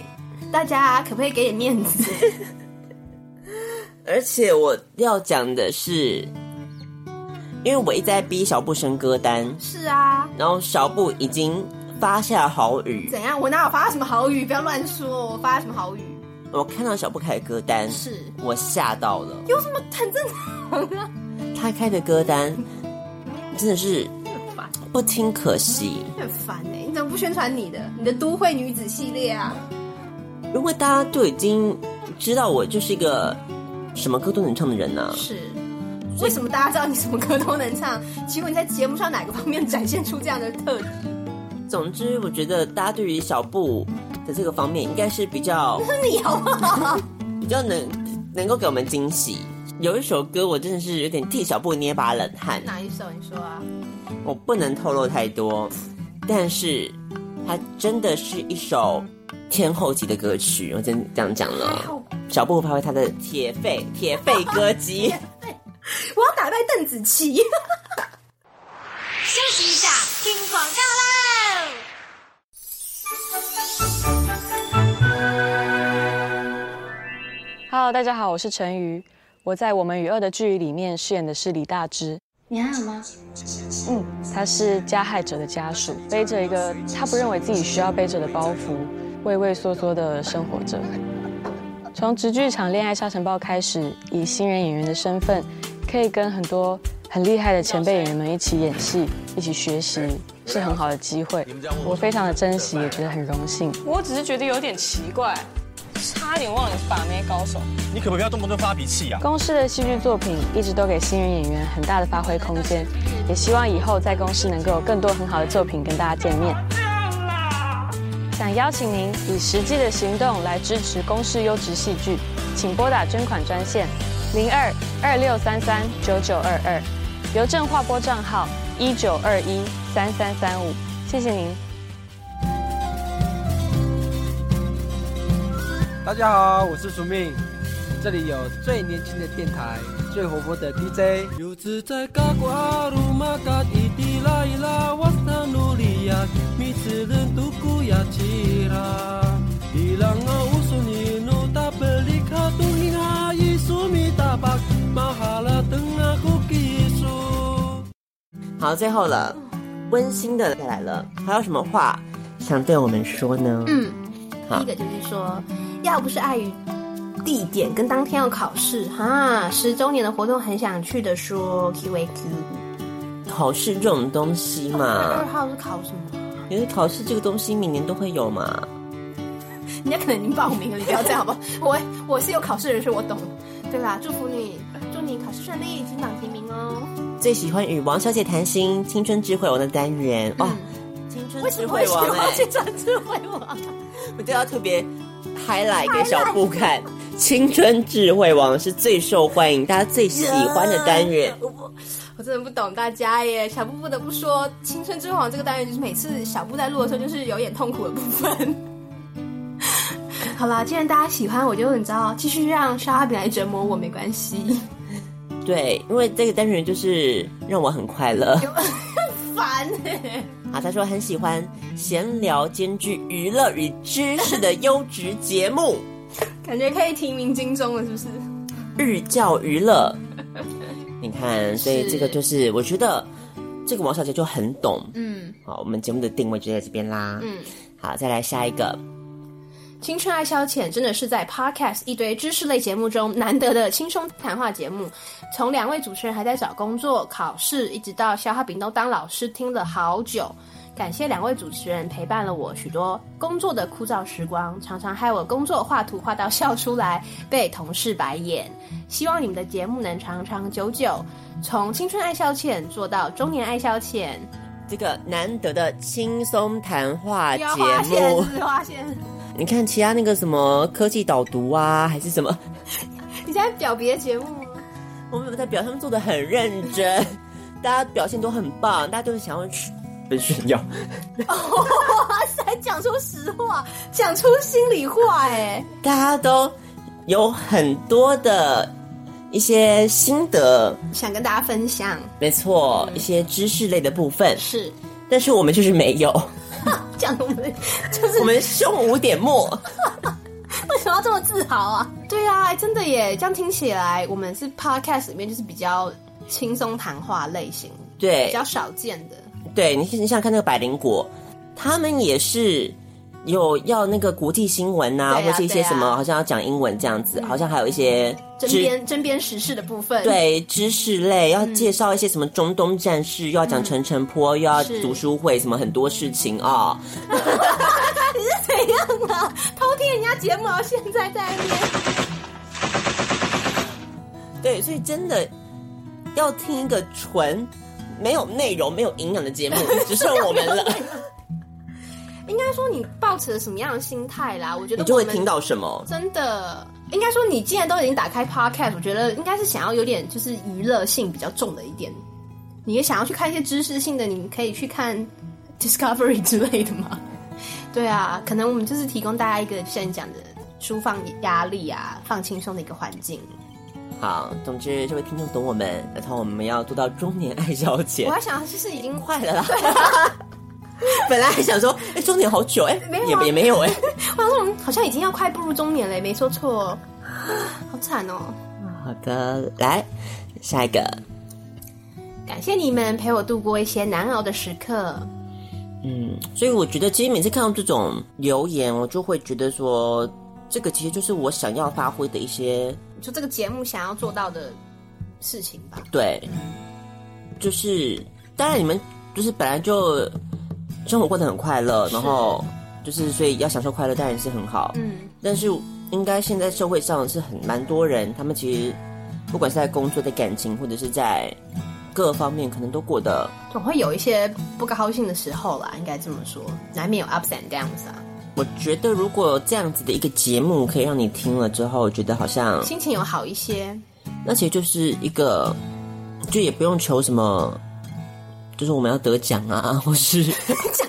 大家可不可以给点面子？
而且我要讲的是，因为我一直在逼小布升歌单，
是啊，
然后小布已经发下豪语，
怎样？我哪有发什么好语？不要乱说，我发什么好语？
我看到小布开的歌单，
是
我吓到了。
有什么很正常啊？
他开的歌单真的是不听可惜。
很烦哎、你怎么不宣传你的你的都会女子系列啊？
如果大家都已经知道我就是一个什么歌都能唱的人呢、啊
是。为什么大家知道你什么歌都能唱？请问你在节目上哪个方面展现出这样的特质？
总之，我觉得大家对于小布的这个方面，应该是比较
是你好不好？
比较能能够给我们惊喜。有一首歌，我真的是有点替小布捏把冷汗，
哪一首？你说啊？
我不能透露太多，但是它真的是一首天后级的歌曲，我真的这样讲
还好
了。小布发挥他的铁肺铁肺歌姬。
我要打败邓紫棋。
休息一下，听广告啦。
Hello，大家好，我是陈瑜，我在《我们与恶的距离》里面饰演的是李大芝。
你还好吗？
嗯，他是加害者的家属，背着一个他不认为自己需要背着的包袱，畏畏缩缩的生活着。从直剧场《恋爱沙尘暴》开始，以新人演员的身份，可以跟很多很厉害的前辈演员们一起演戏，一起学习，是很好的机会。我非常的珍惜，也觉得很荣幸。
我只是觉得有点奇怪，差点忘了你是把妹高手。
你可不可以不要动不动发脾气呀、
公司的戏剧作品一直都给新人演员很大的发挥空间，也希望以后在公司能够有更多很好的作品跟大家见面。想邀请您以实际的行动来支持公司优质戏剧，请拨打捐款专线零二二六三三九九二二，邮政划拨账号一九二一三三三五，谢谢您。
大家好，我是苏命，这里有最年轻的电台，最活泼的 DJ。
好，最后了，温馨的再来了，还有什么话想对我们说呢？
嗯，
好
第一个就是说，要不是碍于地点跟当天要考试哈，十周年的活动很想去的说 Q A Q。
考试这种东西
二
嘛，
号是考什么？
因为考试这个东西每年都会有嘛。
人家可能已经报名了，你不要这样好不好？ 我我是有考试的人，所以我懂。对啦，祝福你，祝你考试顺利，金榜题名哦。
最喜欢与王小姐谈心，青春智慧王的单元哇，嗯青春智慧王哎、
青春智慧王，
我就要特别 highlight 给小布看。青春智慧王是最受欢迎，大家最喜欢的单元。
我不，我真的不懂大家耶。小布不得不说，《青春之王》这个单元就是每次小布在录的时候，就是有点痛苦的部分。 好啦，既然大家喜欢，我就你知道，继续让沙拉饼来折磨我没关系。
对，因为这个单元就是让我很快乐。
烦欸耶、
啊，他说很喜欢闲聊兼具娱乐与知识的优质节目，
感觉可以提名金钟了，是不是？
日教娱 乐。你看，所以
是
这个就是我觉得这个王小姐就很懂。
嗯
好，我们节目的定位就在这边啦。
嗯，
好，再来下一个。
青春爱消遣真的是在 Podcast 一堆知识类节目中难得的轻松谈话节目。从两位主持人还在找工作、考试，一直到小哈饼都当老师，听了好久。感谢两位主持人陪伴了我许多工作的枯燥时光，常常害我工作画图画到笑出来，被同事白眼。希望你们的节目能长长久久，从青春爱消遣做到中年爱消遣。
这个难得的轻松谈话节
要花
目，
钱，花钱。
你看其他那个什么科技导读啊，还是什么，
你现在表别节目 吗？
我们在表他们做的很认真，大家表现都很棒，大家都是想要去被炫耀。
哇塞，讲出实话，讲出心里话，哎，
大家都有很多的一些心得，
想跟大家分享。
没错，一些知识类的部分
是，
但是我们就是没有，
讲我们就是
我们胸无点墨，
为什么要这么自豪啊？对啊，真的耶！这样听起来，我们是 podcast 里面就是比较轻松谈话类型，
对
比较少见的。
对你，你想想看那个百灵果，他们也是有要那个国际新闻呐、
对啊
或是一些什么，
对啊嗯
好像要讲英文这样子，好像还有一些
针砭嗯针砭时事的部分，，
对知识类，要介绍一些什么中东战事，又要讲陈澄波，又要
嗯是
读书会，什么很多事情啊、
你是 怎样啊？偷听人家节目，然后现在在那边
对，所以真的要听一个纯没有内容、没有营养的 节目，只剩我们了，
应该说你抱持了什么样的心态啦？我觉得
你就会
我们
听到什么？
真的，应该说你既然都已经打开 podcast，我觉得应该是想要有点就是娱乐性比较重的一点，你也想要去看一些知识性的，你可以去看 Discovery 之类的嘛。 对啊，可能我们就是提供大家一个像你讲的舒放压力啊、放轻松的一个环境。
好，总之这位听众懂我们，然后我们要做到中年爱消遣
我。还想就是已经
快 了啦。本来还想说，哎、中年好久，哎、
没有啊
也也没有 哎、
我想说我们好像已经要快步入中年了，没说错哦，好惨哦。
好的，来下一个，
感谢你们陪我度过一些难熬的时刻。
嗯，所以我觉得其实每次看到这种留言，我就会觉得说，这个其实就是我想要发挥的一些
就这个节目想要做到的事情吧。
对，就是当然你们就是本来就生活过得很快乐，然后就是所以要享受快乐当然是很好，
嗯，
但是应该现在社会上是很蛮多人，他们其实不管是在工作、在感情，或者是在各方面，可能都过得
总会有一些不高兴的时候啦，应该这么说，难免有 ups and downs 啊，
我觉得，如果这样子的一个节目可以让你听了之后觉得好像，
心情有好一些，
那其实就是一个，就也不用求什么，就是我们要得奖啊，或 是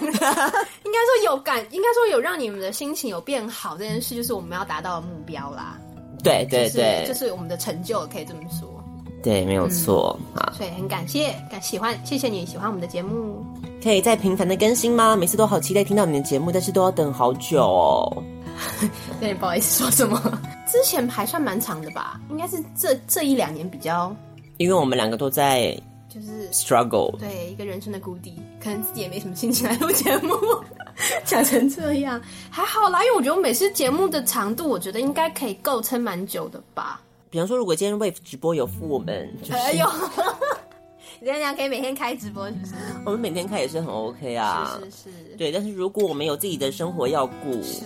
应该说有感，应该说有让你们的心情有变好这件事，就是我们要达到的目标啦。
对对
就是
对、
就是我们的成就，可以这么说。
对，没有错、啊。
所以很感谢，感喜欢，谢谢你喜欢我们的节目。
可以再频繁的更新吗？每次都好期待听到你的节目，但是都要等好久哦。
有点不好意思说什么，之前还算蛮长的吧，应该是这这一两年比较
因为我们两个都在
就是
struggle，
对，一个人生的谷底，可能自己也没什么心情来录节目，讲成这样，还好啦，因为我觉得我每次节目的长度，我觉得应该可以够撑蛮久的吧。
比方说，如果今天 Wave 直播有付我们，就是、
哎呦， 你这样可以每天开直播是不是？
我们每天看也是很 OK 啊。
是是是，
对，但是如果我们有自己的生活要顾，是，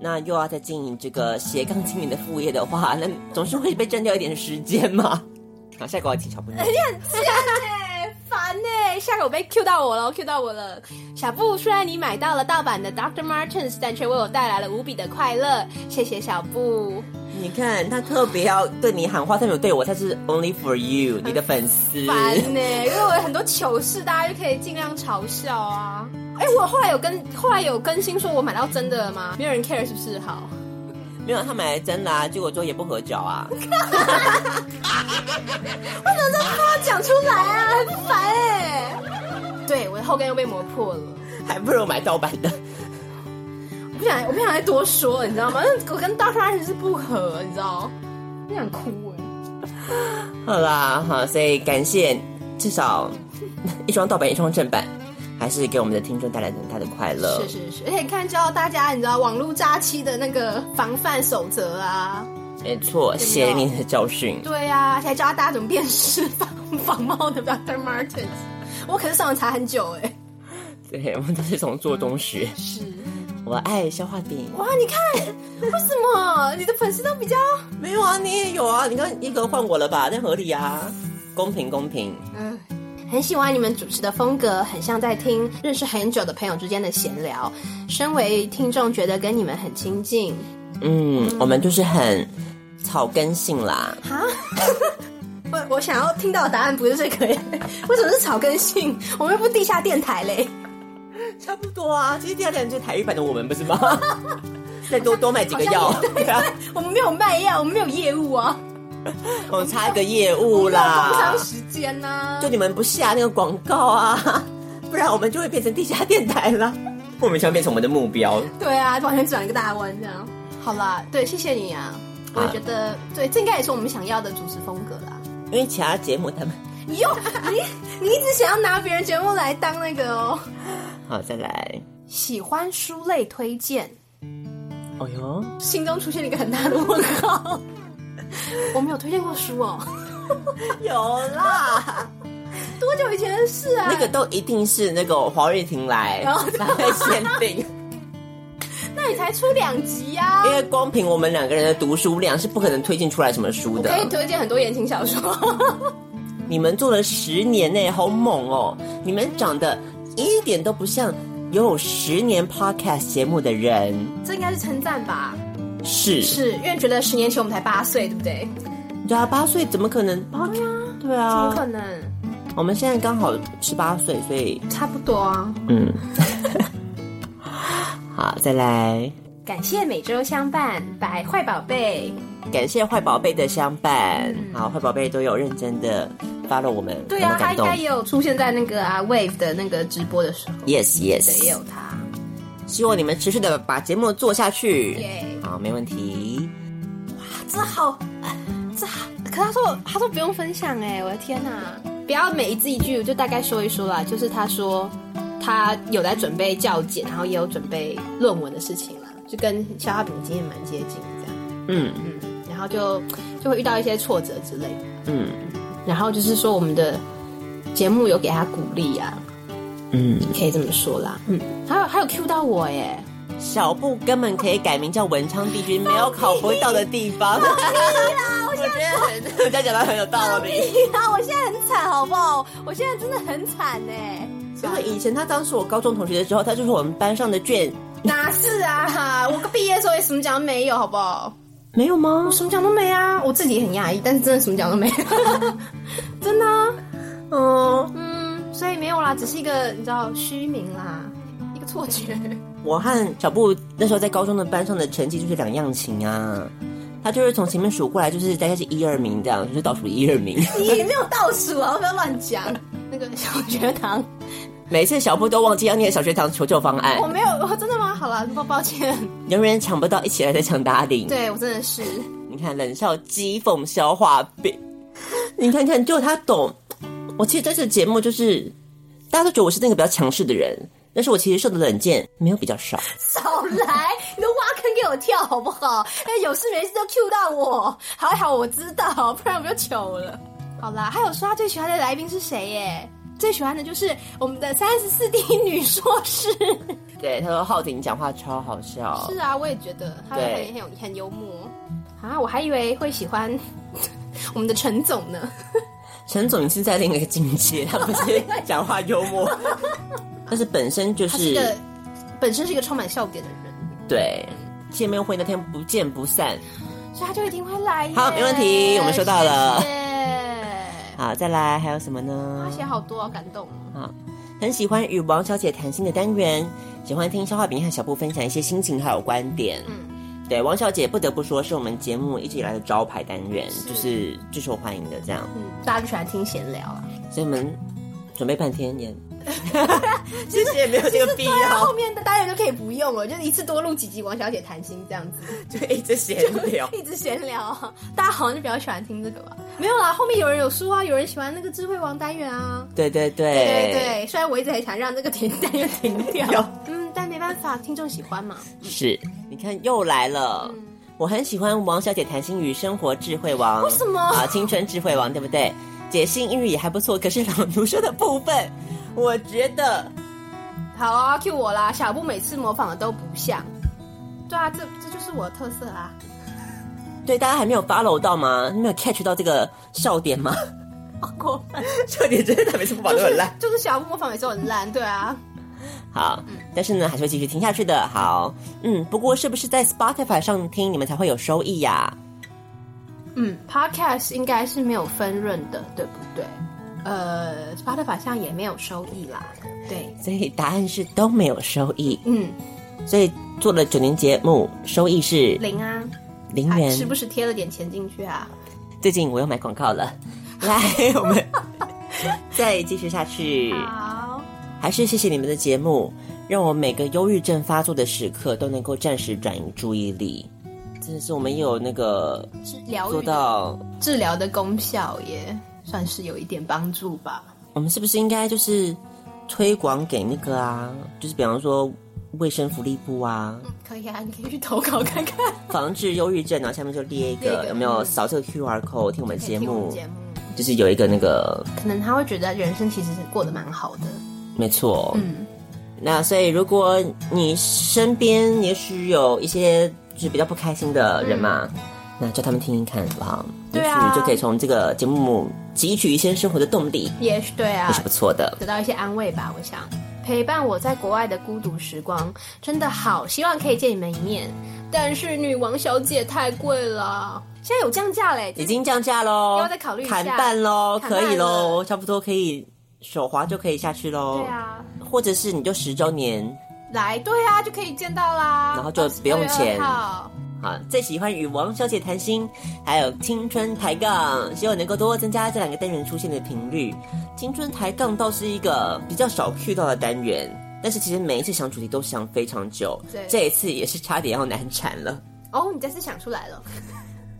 那又要再经营这个斜杠青年的副业的话， 那总是会被占掉一点时间嘛。 好，下一个我要请小朋友
哎，你很贱哎、 烦哎、下个我被 Q 到我了，Q 到我了。小布，虽然你买到了盗版的 Dr. Martens，但却为我带来了无比的快乐，谢谢小布。
你看他特别要对你喊话，他没有对我，他是 only for you，你的粉丝。
烦 呢、因为我有很多糗事，大家就可以尽量嘲笑啊。哎、我后来有跟后来有更新说我买到真的了吗？没有人 care 是不是？好，
没有，他买来真的啊，结果之后也不合脚啊。
为什么这不要讲出来啊？很烦哎、对，我的后跟又被磨破了。
还不如买盗版的。
我不想，我不想再多说了，你知道吗？那我跟 Doctor 安是不合，你知道？我想哭哎、
好啦，好，所以感谢至少一双盗版，一双正版，还是给我们的听众带来很大的快乐。
是是是，而且你看教大家，你知道网络诈欺的那个防范守则啊，
没错，
真的
邪灵的教训。
对呀、而且还教大家怎么辨识仿仿冒的 Dr. Martens。我可是上网查很久哎、
对，我们都是从做中学。
是，
我爱消化饼。
哇，你看，为什么你的粉丝都比较
没有啊？你也有啊？你刚一个换我了吧？那合理啊，公平公平。
嗯。很喜欢你们主持的风格，很像在听认识很久的朋友之间的闲聊。身为听众，觉得跟你们很亲近。
嗯，我们就是很草根性啦。
啊！我我想要听到的答案不是这个耶， 为什么是草根性？我们又不地下电台嘞。
差不多啊，其实第二天就是台语版的我们，不是吗？ 再多多买几个药。
对啊，我们没有卖药，我们没有业务啊。
我差一个业务啦，
工商时间呢、啊？
就你们不下那个广告啊， 不然我们就会变成地下电台了。莫名其妙变成我们的目标。
对啊，完全转一个大弯这样。好啦，对，谢谢你啊，我也觉得、啊、对，这应该也是我们想要的主持风格啦。
因为其他节目他们，
你 又你你一直想要拿别人节目来当那个哦。
好，再来。
喜欢书类推荐。
哦哟，
心中出现了一个很大的问号。我没有推荐过书哦，
有 啦，
多久以前的事啊？
那个都一定是那个黄瑞婷来，
然后
才会限 定。
那你才出两集呀、啊？
因为光凭我们两个人的读书量是不可能推荐出来什么书的。
可以推荐很多言情小说。
你们做了十年内，好猛哦！你们长得一点都不像有十年 podcast 节目的人，
这应该是称赞吧？
是
是，因为觉得十年前我们才八岁，对不对？
对啊，八岁怎么可能？八
对啊，
对啊，
怎么可能？
我们现在刚好十八岁，所以
差不多啊。
嗯， 好，再来。
感谢每周相伴，百坏宝贝。
感谢坏宝贝的相伴，嗯、好，坏宝贝都有认真的 follow 我们。
对啊，
他
应该也有出现在那个啊 Wave 的那个直播的时候。
Yes Yes，
也有他。
希望你们持续的把节目做下去。
耶，
好，没问题。
哇，这好，这好。可他说，他说不用分享哎，我的天哪、啊！不要每一字一句，我就大概说一说啦。就是他说，他有在准备教检，然后也有准备论文的事情啦，就跟消化饼经验蛮接近这样。
嗯
嗯，然后就就会遇到一些挫折之类的。
嗯，
然后就是说我们的节目有给他鼓励啊。
嗯，
可以这么说啦。嗯，还有还有 Q 到我耶，
小布根本可以改名叫文昌帝君，没有考不到的地方。
啦我
觉得很，人家讲的很有道理。
啊， 我现在很惨，好不好？我现在真的很惨哎。
就是以前他当时我高中同学的时候，他就是我们班上的卷。
哪是啊？我毕业的时候也什么奖没有，好不好？
没有吗？
我什么奖都没啊！我自己也很压抑，但是真的什么奖都没有， 真的、 啊。嗯嗯。所以没有啦，只是一个你知道虚名啦，一个错觉。
我和小布那时候在高中的班上的成绩就是两样情啊，他就是从前面数过来，就是大概是一二名这样，就是倒数一二名。
你没有倒数啊，不要乱讲。 那个小学堂，
每次小布都忘记要念小学堂求救方案。
我没有，我真的吗？好了，抱抱歉。
永远抢不到一起来的抢答铃。
对我真的是，
你看冷笑讥讽消化饼， 你看看，就他懂。我其实在这节目就是，大家都觉得我是那个比较强势的人，但是我其实受的冷箭没有比较少。
少来，你都挖坑给我跳好不好？哎，有事没事都 Q 到我，还好我知道，不然我就糗了。好啦，还有说他最喜欢的来宾是谁耶？最喜欢的就是我们的三十四 D 女硕士。
对，他说浩婷讲话超好笑。
是啊，我也觉得他很很有很幽默啊，我还以为会喜欢 我们的陈总呢。
陈总是在另一个境界，他不 是讲话幽默， 但是本身就是
本身是一个充满笑点的人。
对，见面会那天不见不散，
所以他就一定会来。
好，没问题，我们收到了。
谢
谢好，再来还有什么呢？
他写好多、哦，感动。
好，很喜欢与王小姐谈心的单元，喜欢听消化饼和小布分享一些心情还有观点。
嗯。
对，王小姐不得不说是我们节目一直以来的招牌单元，是就是最受欢迎的这样。
嗯，大家就喜欢听闲聊啊。
所以我们准备半天 也，
其
实也没有这个必要。啊、
后面的单元就可以不用了，就一次多录几集王小姐谈心这样子，
就一直闲聊，
一直闲聊。啊大家好像就比较喜欢听这个吧？没有啦，后面有人有书啊，有人喜欢那个智慧王单元啊。
对对对
对对，虽然我一直很想让这个停单元停掉。嗯但没办法，听众喜欢嘛。
是，你看又来了。嗯、我很喜欢王小姐谈心与生活智慧王，
为什么
啊？青春智慧王，对不对？解析英语也还不错，可是朗读说的部分，我觉得
好啊，Q 我啦！小布每次模仿的都不像。对啊，这这就是我的特色 啊。
对，大家还没有 follow 到吗？没有 catch 到这个笑点吗？
好过分！
笑点真的每次模仿都很 烂。
就是小布模仿每次都很烂，对啊。
好，
嗯
但是呢，还是会继续听下去的。好，嗯，不过是不是在 Spotify 上听你们才会有收益呀、
嗯，Podcast 应该是没有分润的，对不对？呃，Spotify 上也没有收益啦。对，
所以答案是都没有收益。
嗯，
所以做了九年节目，收益是
零啊，
零
还
元。
时不时贴了点钱进去啊。
最近我又买广告了，来，我们 再继续下去。
好，
还是谢谢你们的节目，让我每个忧郁症发作的时刻都能够暂时转移注意力。真的是我们也有那个
疗愈
做到，
治疗的功效也算是有一点帮助吧。
我们是不是应该就是推广给那个啊，就是比方说卫生福利部啊，
可以啊，你可以去投稿看看。
防治忧郁症，然后下面就列一
列一
个
个
有没有扫这个 QR code 听我们节
可以听我
目
们节目，
就是有一个那个，
可能他会觉得人生其实是过得蛮好的。
没错，
嗯，
那所以，如果你身边也许有一些就是比较不开心的人嘛，那叫他们听听看，好不好？
嗯对
也许
啊
你就可以从这个节目汲取一些生活的动力，
也许对啊
也，是不错的。
得到一些安慰吧。我想陪伴我在国外的孤独时光真的好，希望可以见你们一面。但是女王小姐太贵了，现在有降价嘞，
已经降价喽，
要不要再考虑一下
砍半喽，
砍半
可以喽，差不多可以手滑就可以下去喽。
对啊，
或者是你就十周年，
来对啊，就可以见到啦。
然后就
啊
不用 钱
22号
好，最喜欢与王小姐谈心，还有青春抬杠，希望能够多增加这两个单元出现的频率。青春抬杠倒是一个比较少 Q 到的单元，但是其实每一次想主题都想非常久
对，
这一次也是差点要难产了，
哦，你这次想出来了，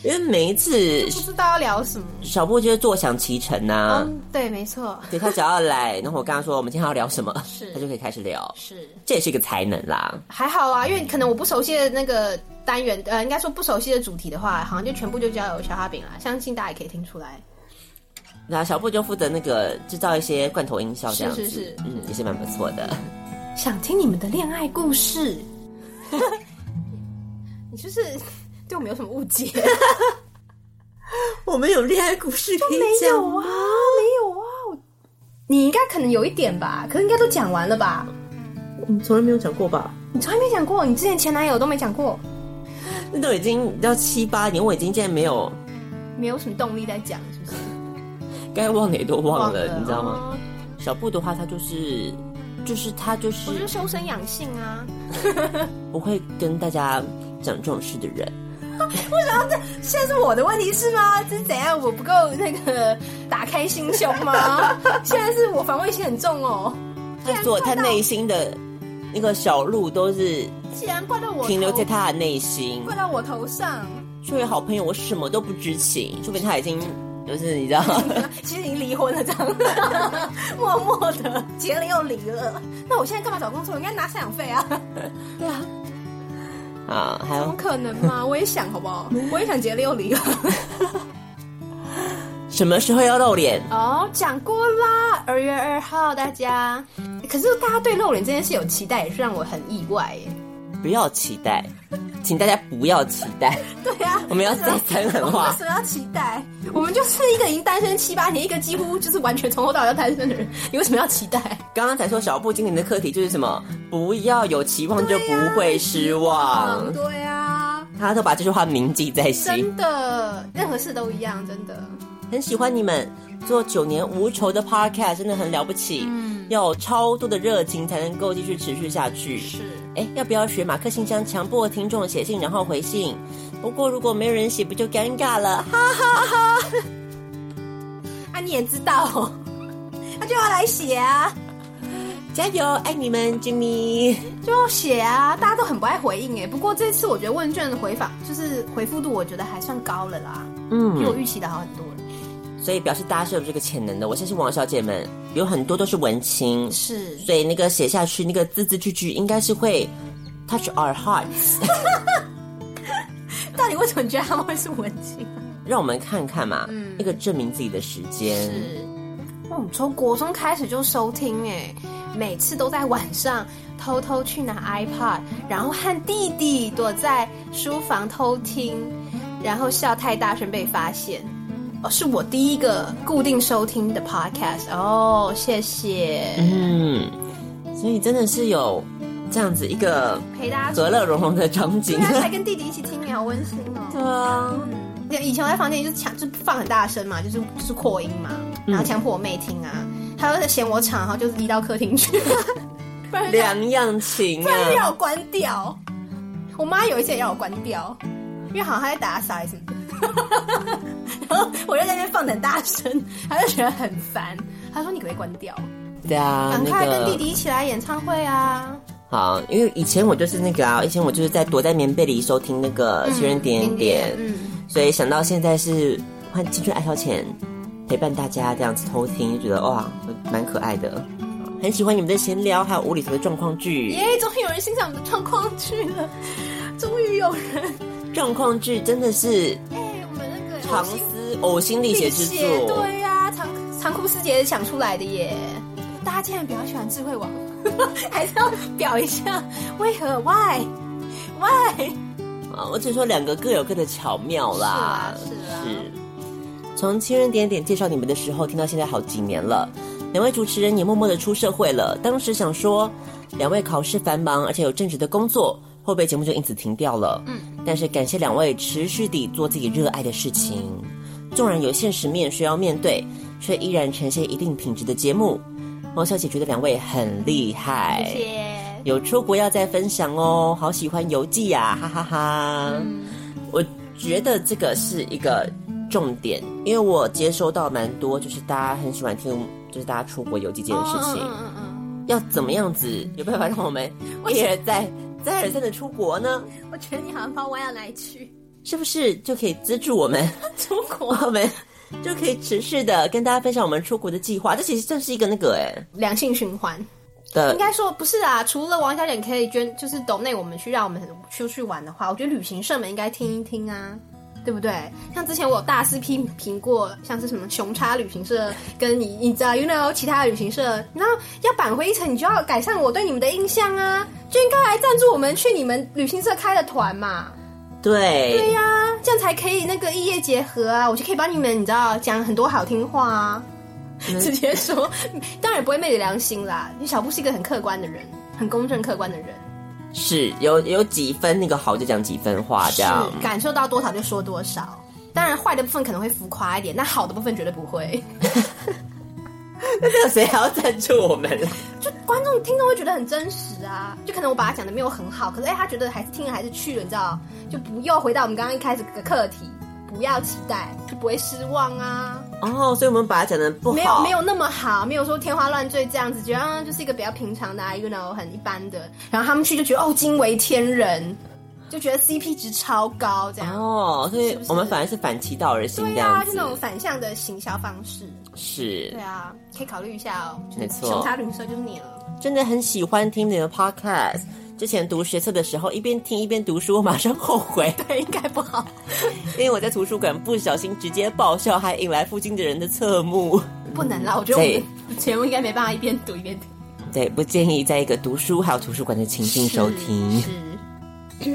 因为每一次
不知道要聊什么。
小布就是坐享其成呐、
嗯，对，没错，
啊对他只要来，然后我跟他说我们今天要聊什么，
是
他就可以开始聊，
是
这也是一个才能啦。
还好啊，因为可能我不熟悉的那个单元，呃，应该说不熟悉的主题的话，好像就全部就交由小哈饼啦。相信大家也可以听出来。
那小布就负责那个制造一些罐头音效这样子，
是是是
嗯，也是蛮不错的。
想听你们的恋爱故事， 你就是 对我们有什么误解？
我们有恋爱故事可以
没
讲
有啊，没有啊，我你应该可能有一点吧，可是应该都讲完了吧？
你嗯从来没有讲过吧？
你从来没讲过，你之前前男友都没讲过，
那都已经要七八年，我已经竟然没有，
没有什么动力在讲，是不是？
该忘的也都忘了，
忘了
你知道吗？小布的话，他就是，就是他就
我就是
是
修身养性啊。
不会跟大家讲这种事的人。
为什么要这？现在是我的问题是吗？这是怎样？我不够那个打开心胸吗？ 现在是我防卫心很重哦，
他所他内心的那个小鹿都是
既然怪到我头
停留在他的内心。
怪到我头上，
作为好朋友，我什么都不知情，说明他已经就是你知道，
其实已经离婚了，这样 默默的结了又离了。那我现在干嘛找工作？我应该拿赡养费啊。对啊，
啊，还
怎
有
么可能 嘛？我也想好不好？我也想结了又离了。
什么时候要露脸？
哦，讲过啦，二月二号大家。可是大家对露脸这件事有期待，也是让我很意外耶。
不要期待，请大家不要期待。
对啊，
我们要再三狠
我们
话
为什么要期待？我们就是一个已经单身七八年，一个几乎就是完全从头到尾都单身的人，你为什么要期待？
刚刚才说小布今年的课题就是什么？不要有期望就不会失望。
嗯，对啊，
他都把这句话铭记在心。
真的，任何事都一样，真的。
很喜欢你们做九年无酬的 podcast，真的很了不起。嗯，要有超多的热情才能够继续持续下去。
是，
哎，要不要学马克信箱强迫听众写信然后回信？不过如果没有人写，不就尴尬了？哈哈哈
啊，你也知道， 那、就要来写啊，
加油，爱你们，Jimmy。
就要写啊，大家都很不爱回应哎。不过这次我觉得问卷的回访就是回复度，我觉得还算高了啦，比我
嗯，
预期的好很多了。
所以表示大家是有这个潜能的。我相信王小姐们有很多都是文青，
是，
所以那个写下去那个字字句句应该是会 touch our hearts，
到底为什么你觉得他们会是文青？啊
让我们看看嘛，
嗯
一个证明自己的时间。
是，嗯，从国中开始就收听哎，每次都在晚上偷偷去拿 iPad，然后和弟弟躲在书房偷听，然后笑太大声被发现。哦，是我第一个固定收听的 podcast 哦，谢谢。
嗯，所以真的是有这样子一个
陪大家
和乐融融的场景
对。啊，才跟弟弟一起听，你好温馨哦。
对啊，
对以前我在房间里就强，就放很大声嘛，就是就是扩音嘛，
嗯
然后强迫我妹听啊，她又嫌我吵，然后就移到客厅去， 不然就
两样情
不然就要
啊
我，关掉。我妈有一次也要我关掉，因为好像她在打扫还是什么的， 然后我就在那边放得很大声，她就觉得很烦，她说你可不可以关掉？
对啊，
赶
那
快跟弟
个
弟一起来演唱会啊！
好，因为以前我就是那个啊，以前我就是在躲在棉被里收听那个
嗯
《情人点点点》
嗯，
所以想到现在是换青春爱消遣，陪伴大家这样子偷听，就觉得哇，蛮可爱的，很喜欢你们的闲聊，还有无厘头的状况剧。
耶，终于有人欣赏我们的状况剧了，终于有人。
状况剧真的是
我们那个
长思呕心沥血之
历
作，
对呀、啊，长长哭师姐想出来的耶。大家竟然比较喜欢智慧王， 还是要表一下为何 why why？
啊，我只说两个各有各的巧妙啦，
是啊
是从情人点点介绍你们的时候，听到现在好几年了，两位主持人也默默的出社会了。当时想说，两位考试繁忙，而且有正职的工作，会不会节目就因此停掉了？
嗯，
但是感谢两位持续地做自己热爱的事情，纵然有现实面需要面对，却依然呈现一定品质的节目。王小姐觉得两位很厉害，
谢谢。
有出国要再分享哦，好喜欢游记呀、哈哈哈
嗯
我觉得这个是一个重点，因为我接收到蛮多，就是大家很喜欢听，就是大家出国游记这件事情，
嗯嗯
要怎么样子有办法让我们
我
一而再、再而三的出国呢？
嗯，我觉得你好像不知道歪到哪里去。
是不是就可以资助我们
出国？
我们就可以持续的跟大家分享我们出国的计划，这其实算是一个那个哎、
良性循环。
的
应该说不是啊，除了王小姐你可以捐，就是抖内我们去让我们出去玩的话，我觉得旅行社们应该听一听啊，对不对？像之前我有大肆批评过，像是什么熊叉旅行社跟你，你知道，you know 其他的旅行社，然后要扳回一城，你就要改善我对你们的印象啊，就应该来赞助我们去你们旅行社开的团嘛。
对
对呀、这样才可以那个异业结合啊！我就可以帮你们，你知道，讲很多好听话啊，
嗯
直接说，当然不会昧着良心啦。因为小布是一个很客观的人，很公正客观的人，
是有有几分那个好就讲几分话这样，
是感受到多少就说多少。当然，坏的部分可能会浮夸一点，那好的部分绝对不会。
那这个 谁还要赞助我们啦？
观众听众会觉得很真实啊，就可能我把他讲的没有很好，可是哎、他觉得还是听了还是去了，你知道，就不要回到我们刚刚一开始的课题，不要期待，就不会失望啊。
哦，所以我们把它讲的不好，
没有没有那么好，没有说天花乱坠这样子，觉得啊就是一个比较平常的、啊、，you know 很一般的。然后他们去就觉得哦惊为天人，就觉得 CP 值超高这样。
哦，所以
是不是
我们反而是反其道而行
对
这
啊，
样
就
子，
那种反向的行销方式。
是
对啊，可以考虑一下哦。就是
没错
熊叉旅行社就是你了。
真的很喜欢听你的 podcast。之前读学测的时候，一边听一边读书，我马上后 悔，
对，应该不好，
因为我在图书馆不小心直接爆笑，还引来附近的人的侧目。
不能啦，我觉得我们的节目应该没办法一边读一边听。
对，不建议在一个读书还有图书馆的情境收听。
嗯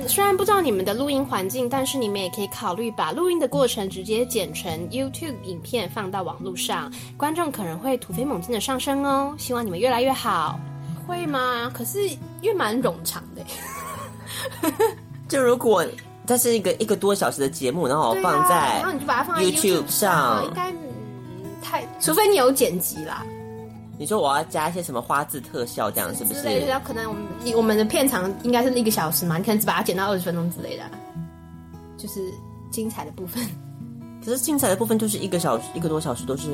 虽然不知道你们的录音环境，但是你们也可以考虑把录音的过程直接剪成 YouTube 影片放到网络上，观众可能会突飞猛进的上升哦。希望你们越来越好，会吗？可是越蛮冗长的，
就如果这是一个一个多小时的节目，然后
对
放
啊，
在
然后你就把它放在
YouTube
啊
上
应，该、嗯、太，除非你有剪辑啦。
你说我要加一些什么花字特效，这样是不
之
是？
类的，然后可能我们我们的片长应该是一个小时嘛，你可能只把它剪到二十分钟之类的啊，就是精彩的部分。
可是精彩的部分就是一个小时、一个多小时都是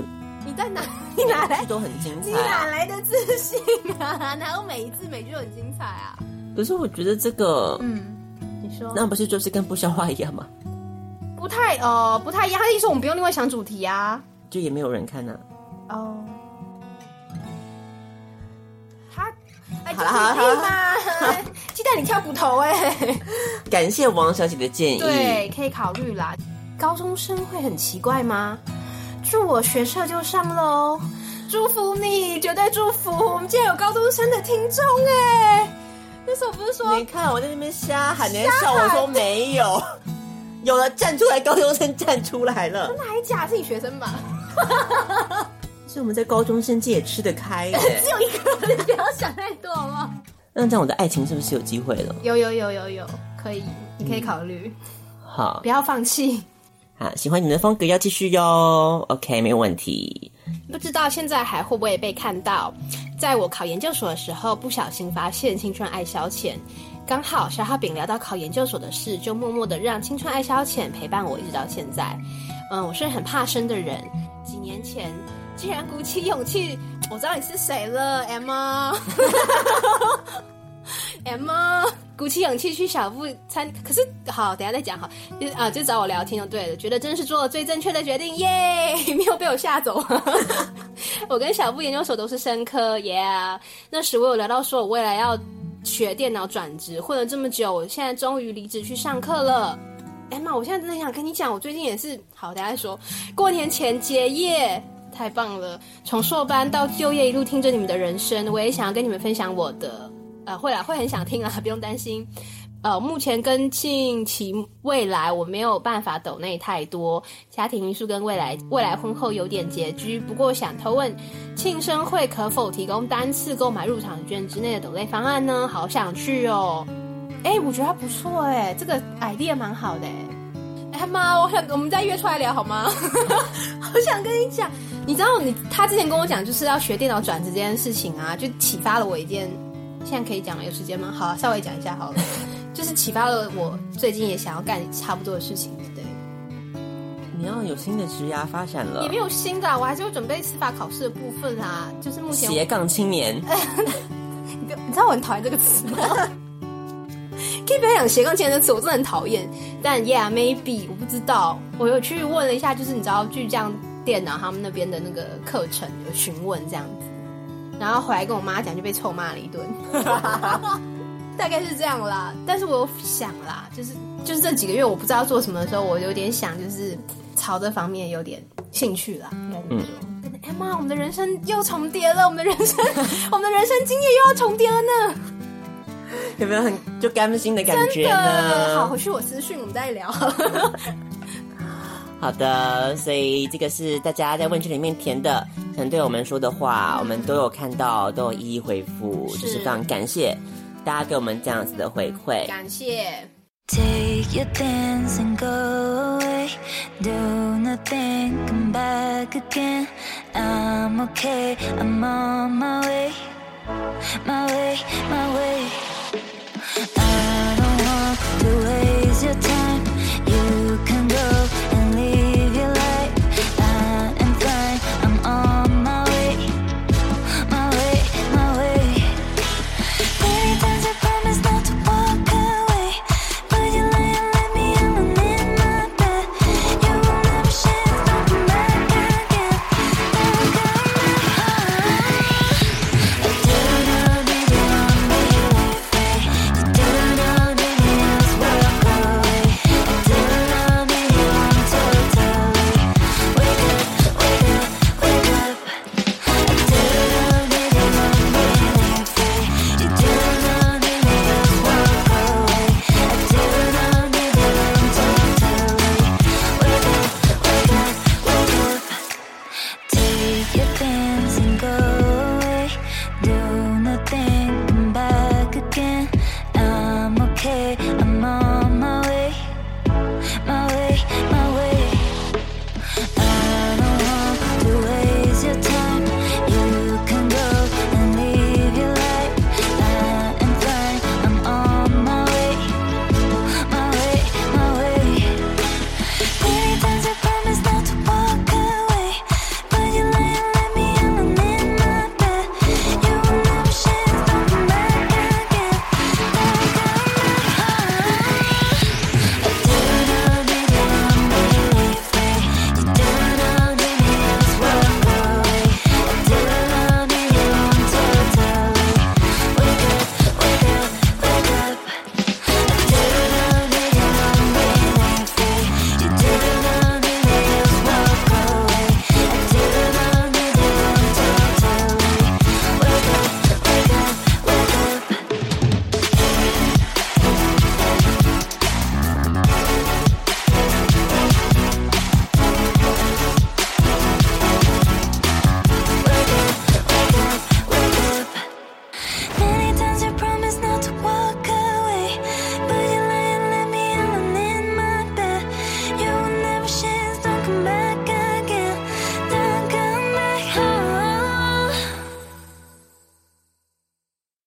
你在哪？ 你哪来？
都很精彩
你
啊、
哪来的自信啊？哪有每一次每句都很精彩啊？
可是我觉得这个，
嗯，你说
那不是就是跟不消化一样吗？
不太呃不太一样，他的意思说我们不用另外想主题啊。
就也没有人看啊呐、
哦，他哎，
好了好了好了
了，鸡蛋里挑骨头哎、
感谢王小姐的建议。
对，可以考虑啦。高中生会很奇怪吗？祝我学测就上喽，祝福你，绝对祝福！我们竟然有高中生的听众哎！那时候不是说
你看我在那边瞎喊，你还笑我说没有，有了站出来，高中生站出来了，
真的还假？是你学生吧？
所以我们在高中生界也吃得 开耶，
只有一个人，不要想太多好不好？
那这样我的爱情是不是有机会了？
有有有有有，可以，你可以考虑，
好
不要放弃。
好，喜欢你们的风格要继续哟，OK，没有问题。
不知道现在还会不会被看到？在我考研究所的时候，不小心发现《青春爱消遣》，刚好小浩饼聊到考研究所的事，就默默的让《青春爱消遣》陪伴我一直到现在。嗯，我是很怕生的人，几年前竟然鼓起勇气，我知道你是谁了，Emma。Emma 鼓起勇气去小布参，可是好，等一下再讲好，就是啊，就找我聊天就对了，觉得真是做了最正确的决定，耶， 没有被我吓走。 我跟小布研究所都是生科，yeah。那时我有聊到说我未来要学电脑转职，混了这么久，我现在终于离职去上课了。Emma，我现在真的很想跟你讲，我最近也是，好，等一下再说，过年前结业。太棒了！从硕班到就业，一路听着你们的人生，我也想要跟你们分享我的。呃，会啦，会很想听啊，不用担心。呃，目前跟近期未来我没有办法抖内太多，家庭因素跟未来未来婚后有点拮据。不过想偷问，庆生会可否提供单次购买入场券之内的抖内方案呢？好想去哦！哎，我觉得还不错哎，这个 idea 蛮好的哎。哎妈，我想我们再约出来聊好 吗？好想跟你讲，你知道你他之前跟我讲就是要学电脑转职这件事情啊，就启发了我一件。现在可以讲了，有时间吗？好、啊，稍微讲一下好了，就是启发了我最近也想要干差不多的事情，对。
你要有新的职涯发展了，
也没有新的、啊，我还是会准备司法考试的部分啊，就是目前
斜杠青年。
哎你你知道我很讨厌这个词吗？ 可以不要讲斜杠青年的词，我真的很讨厌。但 yeah maybe 我不知道，我有去问了一下，就是你知道巨匠电脑他们那边的那个课程有询问这样子。然后回来跟我妈讲，就被臭骂了一顿， 大概是这样啦。但是我有想啦，就是就是这几个月我不知道做什么的时候，我有点想，就是朝这方面有点兴趣啦。应该这么说。哎妈，我们的人生又重叠了，我们的人生， 我们的人生经验又要重叠了呢。
有没有很就甘心的感觉
呢？ 好，回去我私讯我们再聊。
好的，所以这个是大家在问卷里面填的，想对我们说的话，我们都有看到，都有一一回复，
是
就是非常感谢大家给我们这样子的回馈。
感谢。
Take your things and go away. Do nothing, come back again. I'm okay, I'm on my way, my way, my way.